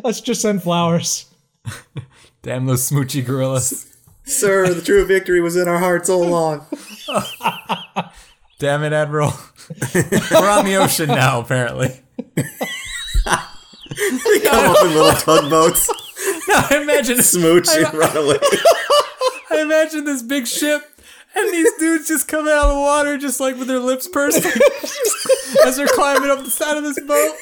Speaker 2: Let's just send flowers.
Speaker 1: Damn those smoochy gorillas.
Speaker 3: Sir, the true victory was in our hearts all along.
Speaker 1: Damn it, Admiral. We're on the ocean now, apparently.
Speaker 3: They come up in little tugboats,
Speaker 1: I imagine
Speaker 3: smooch, and run away.
Speaker 1: I imagine this big ship and these dudes just coming out of the water just like with their lips pursed as they're climbing up the side of this boat.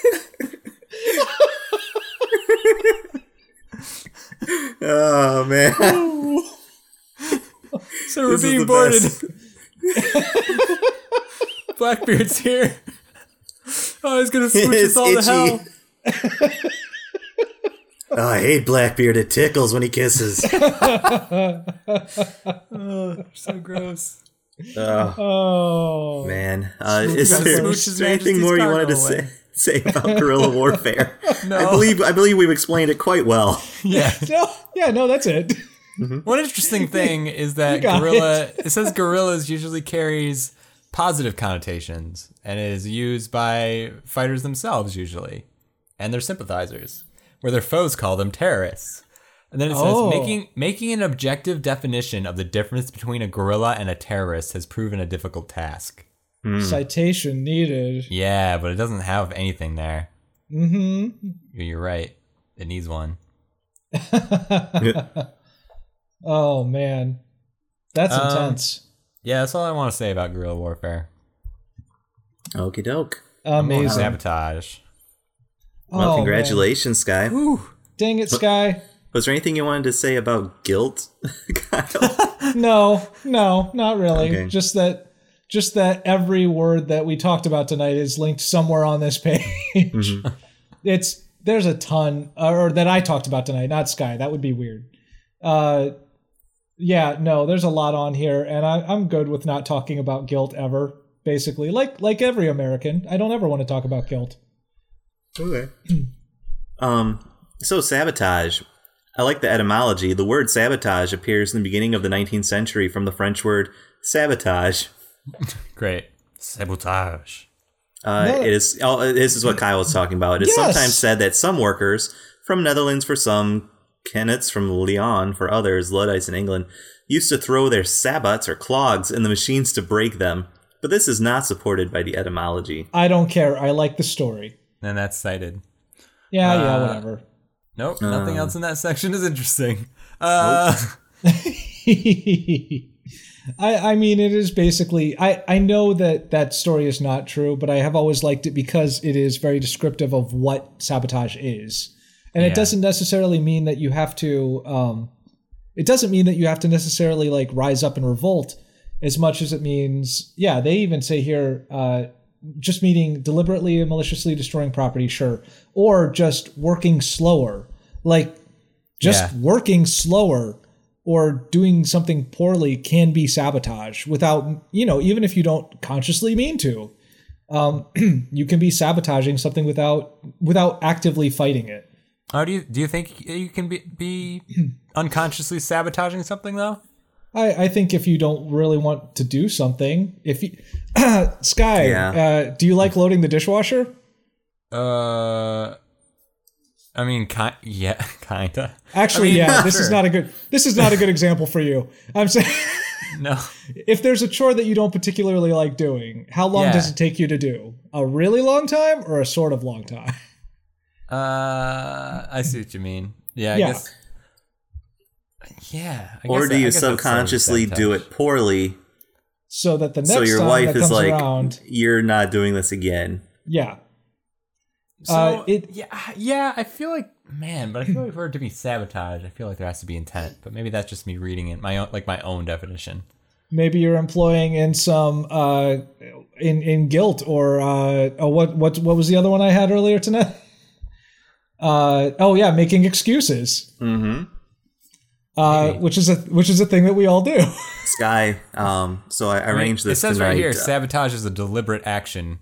Speaker 3: Oh, man.
Speaker 1: So we're
Speaker 3: This is
Speaker 1: being
Speaker 3: the
Speaker 1: boarded.
Speaker 3: best.
Speaker 1: Blackbeard's here. Oh, he's gonna smooch us
Speaker 3: It's
Speaker 1: all to
Speaker 3: itchy.
Speaker 1: hell.
Speaker 3: Oh, I hate Blackbeard. It tickles when he kisses.
Speaker 1: So gross.
Speaker 3: Oh,
Speaker 2: Oh,
Speaker 3: man. Uh, is
Speaker 1: Gotta
Speaker 3: there
Speaker 1: smooch His
Speaker 3: anything
Speaker 1: Majesty's
Speaker 3: more you wanted to
Speaker 1: cargo
Speaker 3: say, say about guerrilla warfare? I
Speaker 1: No.
Speaker 3: believe I believe we've explained it quite well.
Speaker 1: Yeah.
Speaker 2: no, yeah, no, that's it.
Speaker 1: One interesting thing is that
Speaker 2: got
Speaker 1: gorilla it. says gorillas usually carries positive connotations and is used by fighters themselves usually and their sympathizers, where their foes call them terrorists. And then it says
Speaker 2: Oh.
Speaker 1: making making an objective definition of the difference between a gorilla and a terrorist has proven a difficult task.
Speaker 2: Citation needed.
Speaker 1: Yeah, but it doesn't have anything there.
Speaker 2: hmm
Speaker 1: You're right. It needs one.
Speaker 2: Oh man, that's
Speaker 1: Um,
Speaker 2: intense.
Speaker 1: Yeah, that's all I want to say about guerrilla warfare.
Speaker 3: Okie doke.
Speaker 1: More
Speaker 2: Amazing.
Speaker 1: sabotage.
Speaker 3: Well,
Speaker 2: Oh,
Speaker 3: congratulations, Sky.
Speaker 2: man. Dang it, Sky.
Speaker 3: Was there anything you wanted to say about guilt, Kyle?
Speaker 2: No, no, not really.
Speaker 3: Okay.
Speaker 2: Just that. Just that every word that we talked about tonight is linked somewhere on this page. Mm-hmm. it's there's a ton, uh, or that I talked about tonight, not Sky. That would be weird. Uh, yeah, no, there's a lot on here, and I, I'm good with not talking about guilt ever. Basically, like like every American, I don't ever want to talk about guilt.
Speaker 3: Okay. Um, so sabotage. I like the etymology. The word sabotage appears in the beginning of the 19th century from the French word sabotage.
Speaker 1: Great. Sabotage.
Speaker 3: Uh,
Speaker 2: No.
Speaker 3: It is. Oh, this is what Kyle was talking about. It is
Speaker 2: Yes.
Speaker 3: sometimes said that some workers from Netherlands for some, Kennets from Lyon for others, Luddites in England, used to throw their sabots or clogs in the machines to break them. But this is not supported by the etymology.
Speaker 2: I don't care. I like the story.
Speaker 1: And that's cited.
Speaker 2: Yeah, yeah,
Speaker 1: Uh,
Speaker 2: whatever.
Speaker 3: Uh.
Speaker 1: Nope, nothing else in that section is interesting. Uh,
Speaker 2: I I mean it is basically I I know that that story is not true, but I have always liked it because it is very descriptive of what sabotage is. And
Speaker 1: Yeah.
Speaker 2: it doesn't necessarily mean that you have to um it doesn't mean that you have to necessarily like rise up and revolt as much as it means yeah, they even say here uh just meaning deliberately and maliciously destroying property, sure, or just working slower. Like just
Speaker 1: Yeah.
Speaker 2: working slower or doing something poorly can be sabotage without, you know, even if you don't consciously mean to. Um, you can be sabotaging something without without actively fighting it.
Speaker 1: how do you do you think you can be, be unconsciously sabotaging something though?
Speaker 2: I, I think if you don't really want to do something, if you Sky,
Speaker 3: Yeah.
Speaker 2: uh, do you like loading the dishwasher?
Speaker 1: Uh, I mean, ki- yeah, kinda.
Speaker 2: Actually,
Speaker 1: I mean,
Speaker 2: yeah, this
Speaker 1: sure.
Speaker 2: is not a good this is not a good example for you. I'm saying
Speaker 1: No,
Speaker 2: if there's a chore that you don't particularly like doing, how long
Speaker 1: Yeah.
Speaker 2: does it take you to do? A really long time or a sort of long time?
Speaker 1: uh, I see what you mean. Yeah, I
Speaker 2: Yeah.
Speaker 1: guess. Yeah. I
Speaker 3: or
Speaker 1: guess-
Speaker 3: do
Speaker 1: I
Speaker 3: you
Speaker 1: guess that's
Speaker 3: subconsciously do
Speaker 1: sabotage.
Speaker 3: it poorly
Speaker 2: So that the next
Speaker 3: so your
Speaker 2: time
Speaker 3: wife
Speaker 2: that
Speaker 3: is
Speaker 2: comes
Speaker 3: like,
Speaker 2: around,
Speaker 3: "You're not doing this again."
Speaker 2: yeah,
Speaker 1: So,
Speaker 2: Uh, it-
Speaker 1: yeah, I- yeah, I feel like man, but I feel like for it to be sabotage, I feel like there has to be intent. But maybe that's just me reading it my own, like my own definition.
Speaker 2: maybe you're employing in some uh, in in guilt or uh, oh, what what what was the other one I had earlier tonight? Uh, oh yeah, making excuses,
Speaker 3: Mm-hmm.
Speaker 2: uh, which is a which is a thing that we all do.
Speaker 3: Sky. Um, so I, I arranged
Speaker 1: It
Speaker 3: this
Speaker 1: says
Speaker 3: tonight.
Speaker 1: right here,
Speaker 3: Uh,
Speaker 1: sabotage is a deliberate action.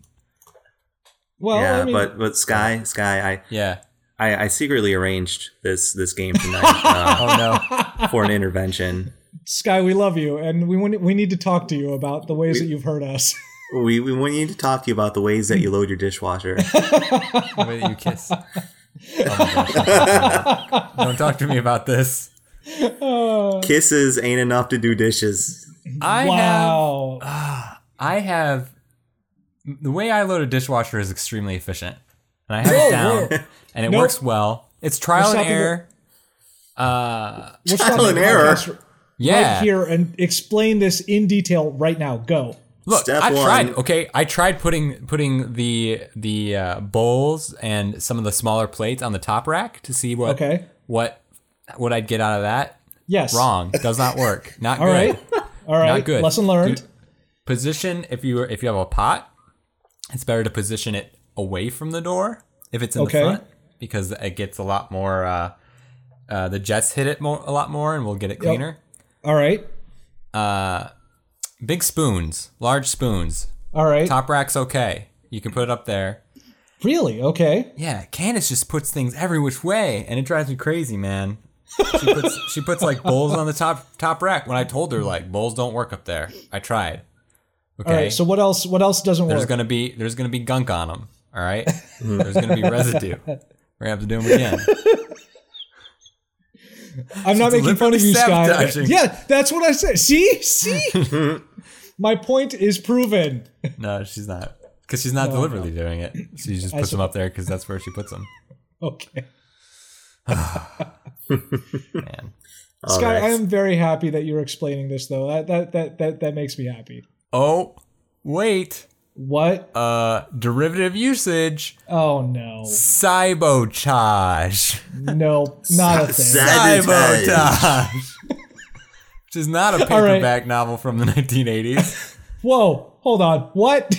Speaker 2: well,
Speaker 3: yeah,
Speaker 2: I mean,
Speaker 3: but but Sky, Sky,
Speaker 1: Yeah.
Speaker 3: I, I I secretly arranged this this game tonight
Speaker 1: Oh no.
Speaker 3: uh, for an intervention.
Speaker 2: Sky, we love you, and we want- we need to talk to you about the ways that you've hurt us.
Speaker 3: We we want you to talk to you about the ways that you load your dishwasher.
Speaker 1: the way that you kiss. Oh my gosh. Don't talk to me about this.
Speaker 3: Kisses ain't enough to do dishes.
Speaker 1: I have
Speaker 2: wow.
Speaker 3: Uh,
Speaker 1: I have the way I load a dishwasher is extremely efficient, and I have it down, and it
Speaker 2: Nope.
Speaker 1: works well. It's trial and
Speaker 2: stopping the-
Speaker 1: error. Uh,
Speaker 2: We're
Speaker 3: Trial
Speaker 2: stopping
Speaker 3: and
Speaker 2: the
Speaker 3: error.
Speaker 2: podcast r-
Speaker 1: yeah.
Speaker 2: Right here and explain this in detail right now. Go.
Speaker 1: Look,
Speaker 3: Step
Speaker 1: I
Speaker 3: one.
Speaker 1: tried. Okay, I tried putting putting the the uh, bowls and some of the smaller plates on the top rack to see what
Speaker 2: Okay.
Speaker 1: what what I'd get out of that.
Speaker 2: Yes.
Speaker 1: Wrong. Does not work. Not
Speaker 2: All
Speaker 1: good.
Speaker 2: right. All right.
Speaker 1: good.
Speaker 2: Lesson learned.
Speaker 1: Dude. position if you if you have a pot it's better to position it away from the door if it's in
Speaker 2: Okay.
Speaker 1: the front because it gets a lot more uh, uh, the jets hit it more, a lot more and we'll get it cleaner
Speaker 2: All right.
Speaker 1: big spoons large spoons
Speaker 2: All right.
Speaker 1: top rack's okay you can put it up there
Speaker 2: Really? Okay.
Speaker 1: yeah candace just puts things every which way and it drives me crazy man she puts she puts like bowls on the top top rack when i told her like bowls don't work up there i tried okay
Speaker 2: All right. So what else? What else doesn't
Speaker 1: there's
Speaker 2: work? Mm.
Speaker 1: gonna be there's gonna be gunk on them. All right, there's gonna be residue. We're gonna have to do them again.
Speaker 2: I'm not making fun of you, Sky.
Speaker 1: sabotaging.
Speaker 2: Yeah, that's what I said. See, see. My point is proven.
Speaker 1: No, she's not, because she's not deliberately doing it. She just puts them up there because that's where she puts them.
Speaker 2: Okay.
Speaker 1: Man.
Speaker 3: Oh,
Speaker 2: Sky, I
Speaker 3: that's-
Speaker 2: am very happy that you're explaining this, though. That that that that that makes me happy.
Speaker 1: Oh, wait.
Speaker 2: What?
Speaker 1: Uh, derivative usage,
Speaker 2: oh no,
Speaker 1: cybotage,
Speaker 2: no, not a thing.
Speaker 3: Sabotage.
Speaker 1: cybotage, which is not a
Speaker 2: All right.
Speaker 1: paperback novel from the 1980s.
Speaker 2: Whoa, hold on. What?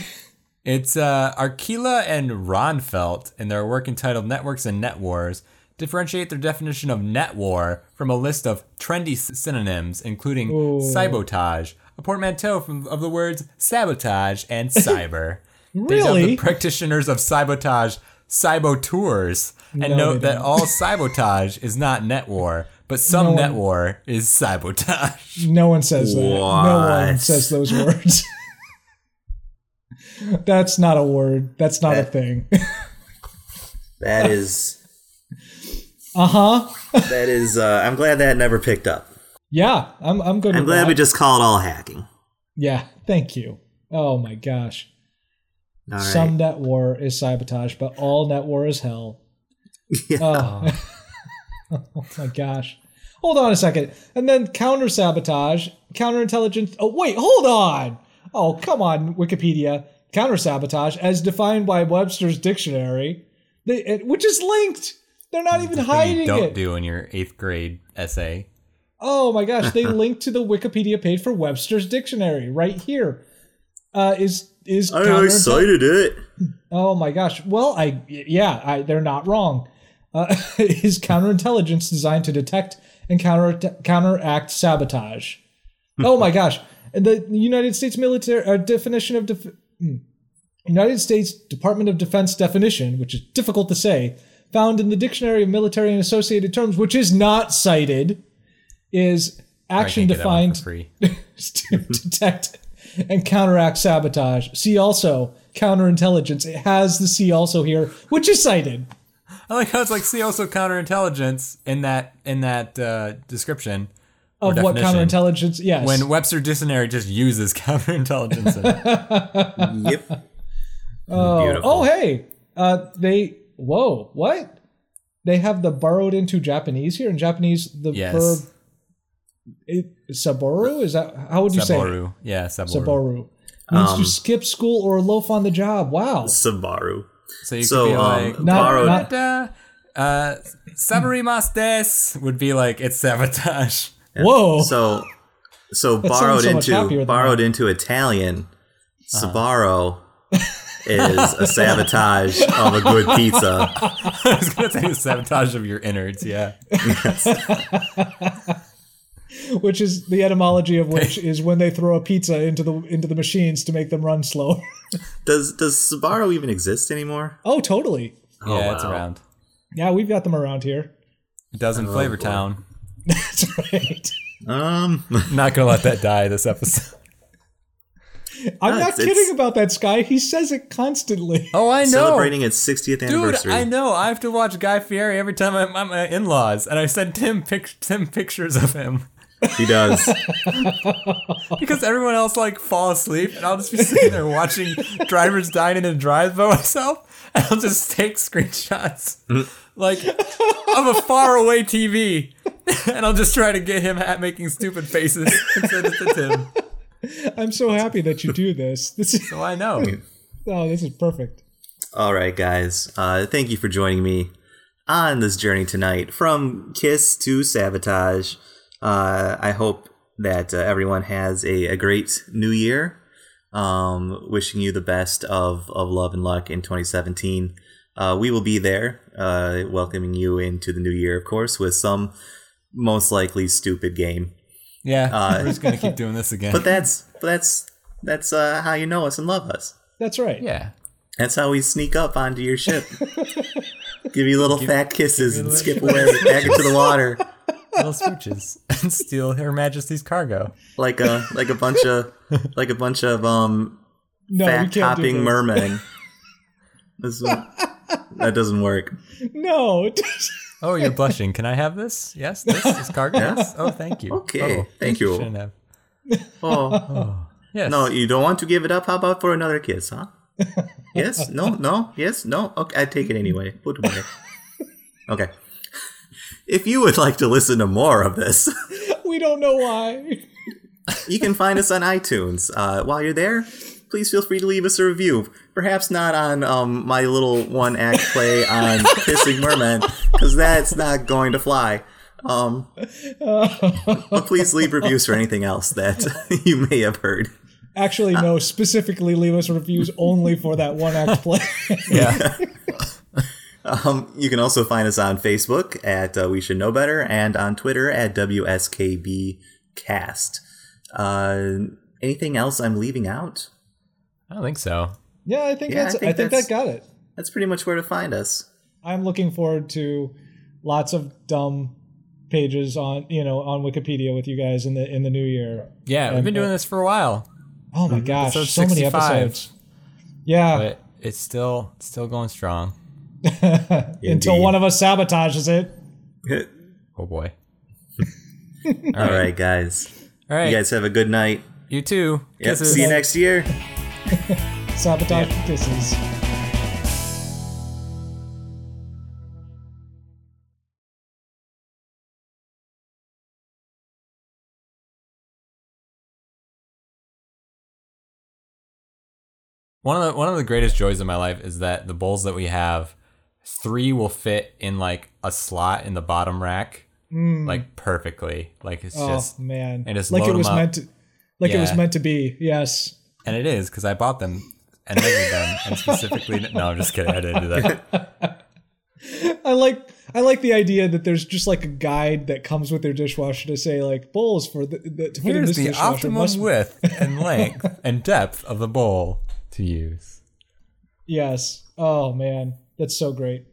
Speaker 1: It's uh, Arkela and Ronfelt in their work entitled Networks and Net Wars differentiate their definition of net war from a list of trendy s- synonyms, including sabotage, a portmanteau from, of the words sabotage and cyber. They dubbed
Speaker 2: Really?
Speaker 1: the practitioners of sabotage cybotours and
Speaker 2: No,
Speaker 1: note
Speaker 2: they
Speaker 1: that
Speaker 2: don't.
Speaker 1: all sabotage is not net war, but some
Speaker 2: No one-
Speaker 1: net war is sabotage.
Speaker 2: No one says that. No one
Speaker 3: What?
Speaker 2: says those words. That's not a word. That's not a
Speaker 3: That-
Speaker 2: thing.
Speaker 3: That is
Speaker 2: Uh huh.
Speaker 3: that is. Uh, I'm glad that never picked up.
Speaker 2: Yeah, I'm. I'm good.
Speaker 3: I'm
Speaker 2: with
Speaker 3: glad
Speaker 2: that.
Speaker 3: we just call it all hacking.
Speaker 2: Yeah. Thank you. Oh my gosh.
Speaker 3: All right.
Speaker 2: Some net war is sabotage, but all net war is hell. Oh. Oh my gosh. Hold on a second. And then counter sabotage, counterintelligence. Oh, wait, hold on. Oh, come on, Wikipedia. Counter sabotage, as defined by Webster's dictionary, they, it, which is linked. They're not even
Speaker 1: You
Speaker 2: hiding
Speaker 1: don't
Speaker 2: it.
Speaker 1: do in your eighth grade essay.
Speaker 2: Oh my gosh, they linked to the Wikipedia page for Webster's dictionary right here. Uh, is is
Speaker 3: I, I
Speaker 2: counterintel-
Speaker 3: cited it.
Speaker 2: Oh my gosh. Well, I yeah, I, they're not wrong. Uh, is counterintelligence designed to detect and counter counteract sabotage? Oh my gosh. And the United States military uh, definition of def- hmm. United States Department of Defense definition, which is difficult to say, found in the Dictionary of Military and Associated Terms, which is not cited, is
Speaker 1: I
Speaker 2: action
Speaker 1: can't get that one
Speaker 2: defined
Speaker 1: for free.
Speaker 2: to detect and counteract sabotage. See also counterintelligence. It has the C also here, which is cited.
Speaker 1: I like how it's like see also counterintelligence in that in that uh, description or
Speaker 2: Of what
Speaker 1: definition,
Speaker 2: counterintelligence? Yes.
Speaker 1: When Webster Dictionary just uses counterintelligence. In it.
Speaker 3: Yep.
Speaker 2: oh,
Speaker 3: Beautiful.
Speaker 2: oh, hey, uh, they. Whoa, what? They have the borrowed into Japanese here in Japanese. The
Speaker 1: Yes.
Speaker 2: verb it, saboru is that how would you say it?
Speaker 1: Saboru, yeah, Saboru.
Speaker 2: saboru means
Speaker 3: Um,
Speaker 2: to skip school or loaf on the job. Wow.
Speaker 3: Subaru.
Speaker 1: So you
Speaker 3: So,
Speaker 1: could be
Speaker 3: um,
Speaker 1: like
Speaker 2: Not-
Speaker 3: borrowed.
Speaker 2: not-
Speaker 1: "Da, uh, saborimas des" would be like it's sabotage.
Speaker 2: Whoa.
Speaker 3: So So
Speaker 2: That sounds
Speaker 3: borrowed
Speaker 2: so much happier
Speaker 3: into
Speaker 2: than Uh-huh.
Speaker 3: borrowed into Italian, Sabaro is a sabotage of a good pizza.
Speaker 1: I was gonna say the sabotage of your innards. Yeah.
Speaker 2: which is the etymology of which is when they throw a pizza into the into the machines to make them run slower.
Speaker 3: Does does Sabaro even exist anymore?
Speaker 2: oh, totally.
Speaker 3: Oh,
Speaker 1: yeah, it's
Speaker 3: wow.
Speaker 1: around.
Speaker 2: Yeah, we've got them around here.
Speaker 1: It does in
Speaker 3: Oh,
Speaker 1: Flavor Town.
Speaker 2: That's right.
Speaker 3: Um,
Speaker 1: Not gonna let that die this episode.
Speaker 2: I'm
Speaker 3: No,
Speaker 2: not
Speaker 3: it's- it's-
Speaker 2: kidding about that Sky. He says it constantly.
Speaker 1: Oh, I know.
Speaker 3: celebrating its 60th
Speaker 1: Dude,
Speaker 3: anniversary.
Speaker 1: I know. I have to watch Guy Fieri every time I'm at my in-laws, and I send Tim pic- Tim pictures of him
Speaker 3: He does.
Speaker 1: because everyone else like fall asleep, and I'll just be sitting there watching drivers dining and drive by myself, and I'll just take screenshots
Speaker 3: Mm.
Speaker 1: like of a faraway TV, and I'll just try to get him at making stupid faces and send it to Tim.
Speaker 2: I'm so happy that you do this. This is
Speaker 1: So I know.
Speaker 2: oh, this is perfect.
Speaker 3: All right, guys. Uh, thank you for joining me on this journey tonight from Kiss to Sabotage. Uh, I hope that uh, everyone has a, a great new year. Um, wishing you the best of, of love and luck in 2017. Uh, we will be there, uh, welcoming you into the new year, of course, with some most likely stupid game.
Speaker 1: Yeah,
Speaker 3: Uh,
Speaker 1: we're just gonna keep doing this again.
Speaker 3: But that's but that's that's uh, how you know us and love us.
Speaker 2: That's right.
Speaker 1: yeah.
Speaker 3: That's how we sneak up onto your ship. give you little fat kisses
Speaker 1: give
Speaker 3: and
Speaker 1: you
Speaker 3: skip away back into the water
Speaker 1: little smooches and steal Her Majesty's cargo.
Speaker 3: like a like a bunch of like a bunch of um
Speaker 2: No, we
Speaker 3: fat
Speaker 2: can't do
Speaker 3: hopping
Speaker 2: this.
Speaker 3: mermen. This is- that doesn't work.
Speaker 2: No, it doesn't.
Speaker 1: Oh, you're blushing. Can I have this? Yes, this is cargo.
Speaker 3: Yeah.
Speaker 1: Yes. Oh, thank you.
Speaker 3: Okay,
Speaker 1: Oh,
Speaker 3: thank you.
Speaker 1: shouldn't have.
Speaker 3: Oh
Speaker 1: Yes.
Speaker 3: no, you don't want to give it up. How about for another kiss, huh? Yes, no, no, yes, no. Okay, I take it anyway. Put it away. Okay. If you would like to listen to more of this.
Speaker 2: we don't know why.
Speaker 3: you can find us on iTunes. Uh, while you're there, please feel free to leave us a review. Perhaps not on um, my little one act play on Pissing Merman, because that's not going to fly. Um, but please leave reviews for anything else that you may have heard.
Speaker 2: Actually, no. Specifically, leave us reviews only for that one act play.
Speaker 1: Yeah.
Speaker 3: Um, you can also find us on Facebook at uh, We Should Know Better and on Twitter at WSKBcast. Uh, anything else I'm leaving out?
Speaker 1: I don't think so.
Speaker 2: yeah, I think
Speaker 3: Yeah, I
Speaker 2: that's. I
Speaker 3: think
Speaker 2: think,
Speaker 3: that's-
Speaker 2: that got it.
Speaker 3: That's pretty much where to find us.
Speaker 2: I'm looking forward to lots of dumb pages on you know on Wikipedia with you guys in the in the new year.
Speaker 1: Yeah, we've been doing this for a while,
Speaker 2: Oh my gosh,
Speaker 1: Mm-hmm. episode
Speaker 2: so many
Speaker 1: 65.
Speaker 2: episodes. Yeah,
Speaker 1: but it's still still going strong.
Speaker 2: until
Speaker 3: Indeed.
Speaker 2: one of us sabotages it.
Speaker 1: Oh boy.
Speaker 3: All right, guys.
Speaker 1: All right.
Speaker 3: You
Speaker 1: You,
Speaker 3: guys have a good night.
Speaker 1: too.
Speaker 3: Yep.
Speaker 1: Kisses.
Speaker 3: See you next year.
Speaker 2: Sabotage kisses.
Speaker 1: One of the one of the greatest joys of my life is that the bowls that we have, three will fit in like a slot in the bottom rack, like perfectly. Like it's
Speaker 2: Oh
Speaker 1: just
Speaker 2: man,
Speaker 1: and just
Speaker 2: like
Speaker 1: load
Speaker 2: it
Speaker 1: 'em
Speaker 2: was
Speaker 1: up.
Speaker 2: meant to, like it was
Speaker 1: Yeah.
Speaker 2: meant to be. Yes.
Speaker 1: And it is because I bought them and measured them and specifically. No, I'm just kidding. I didn't do that.
Speaker 2: I like I like the idea that there's just like a guide that comes with their dishwasher to say like bowls for the, the to fit in
Speaker 1: Here's
Speaker 2: this
Speaker 1: the
Speaker 2: dishwasher
Speaker 1: optimum
Speaker 2: must
Speaker 1: width and length and depth of the bowl to use.
Speaker 2: yes. Oh man, that's so great.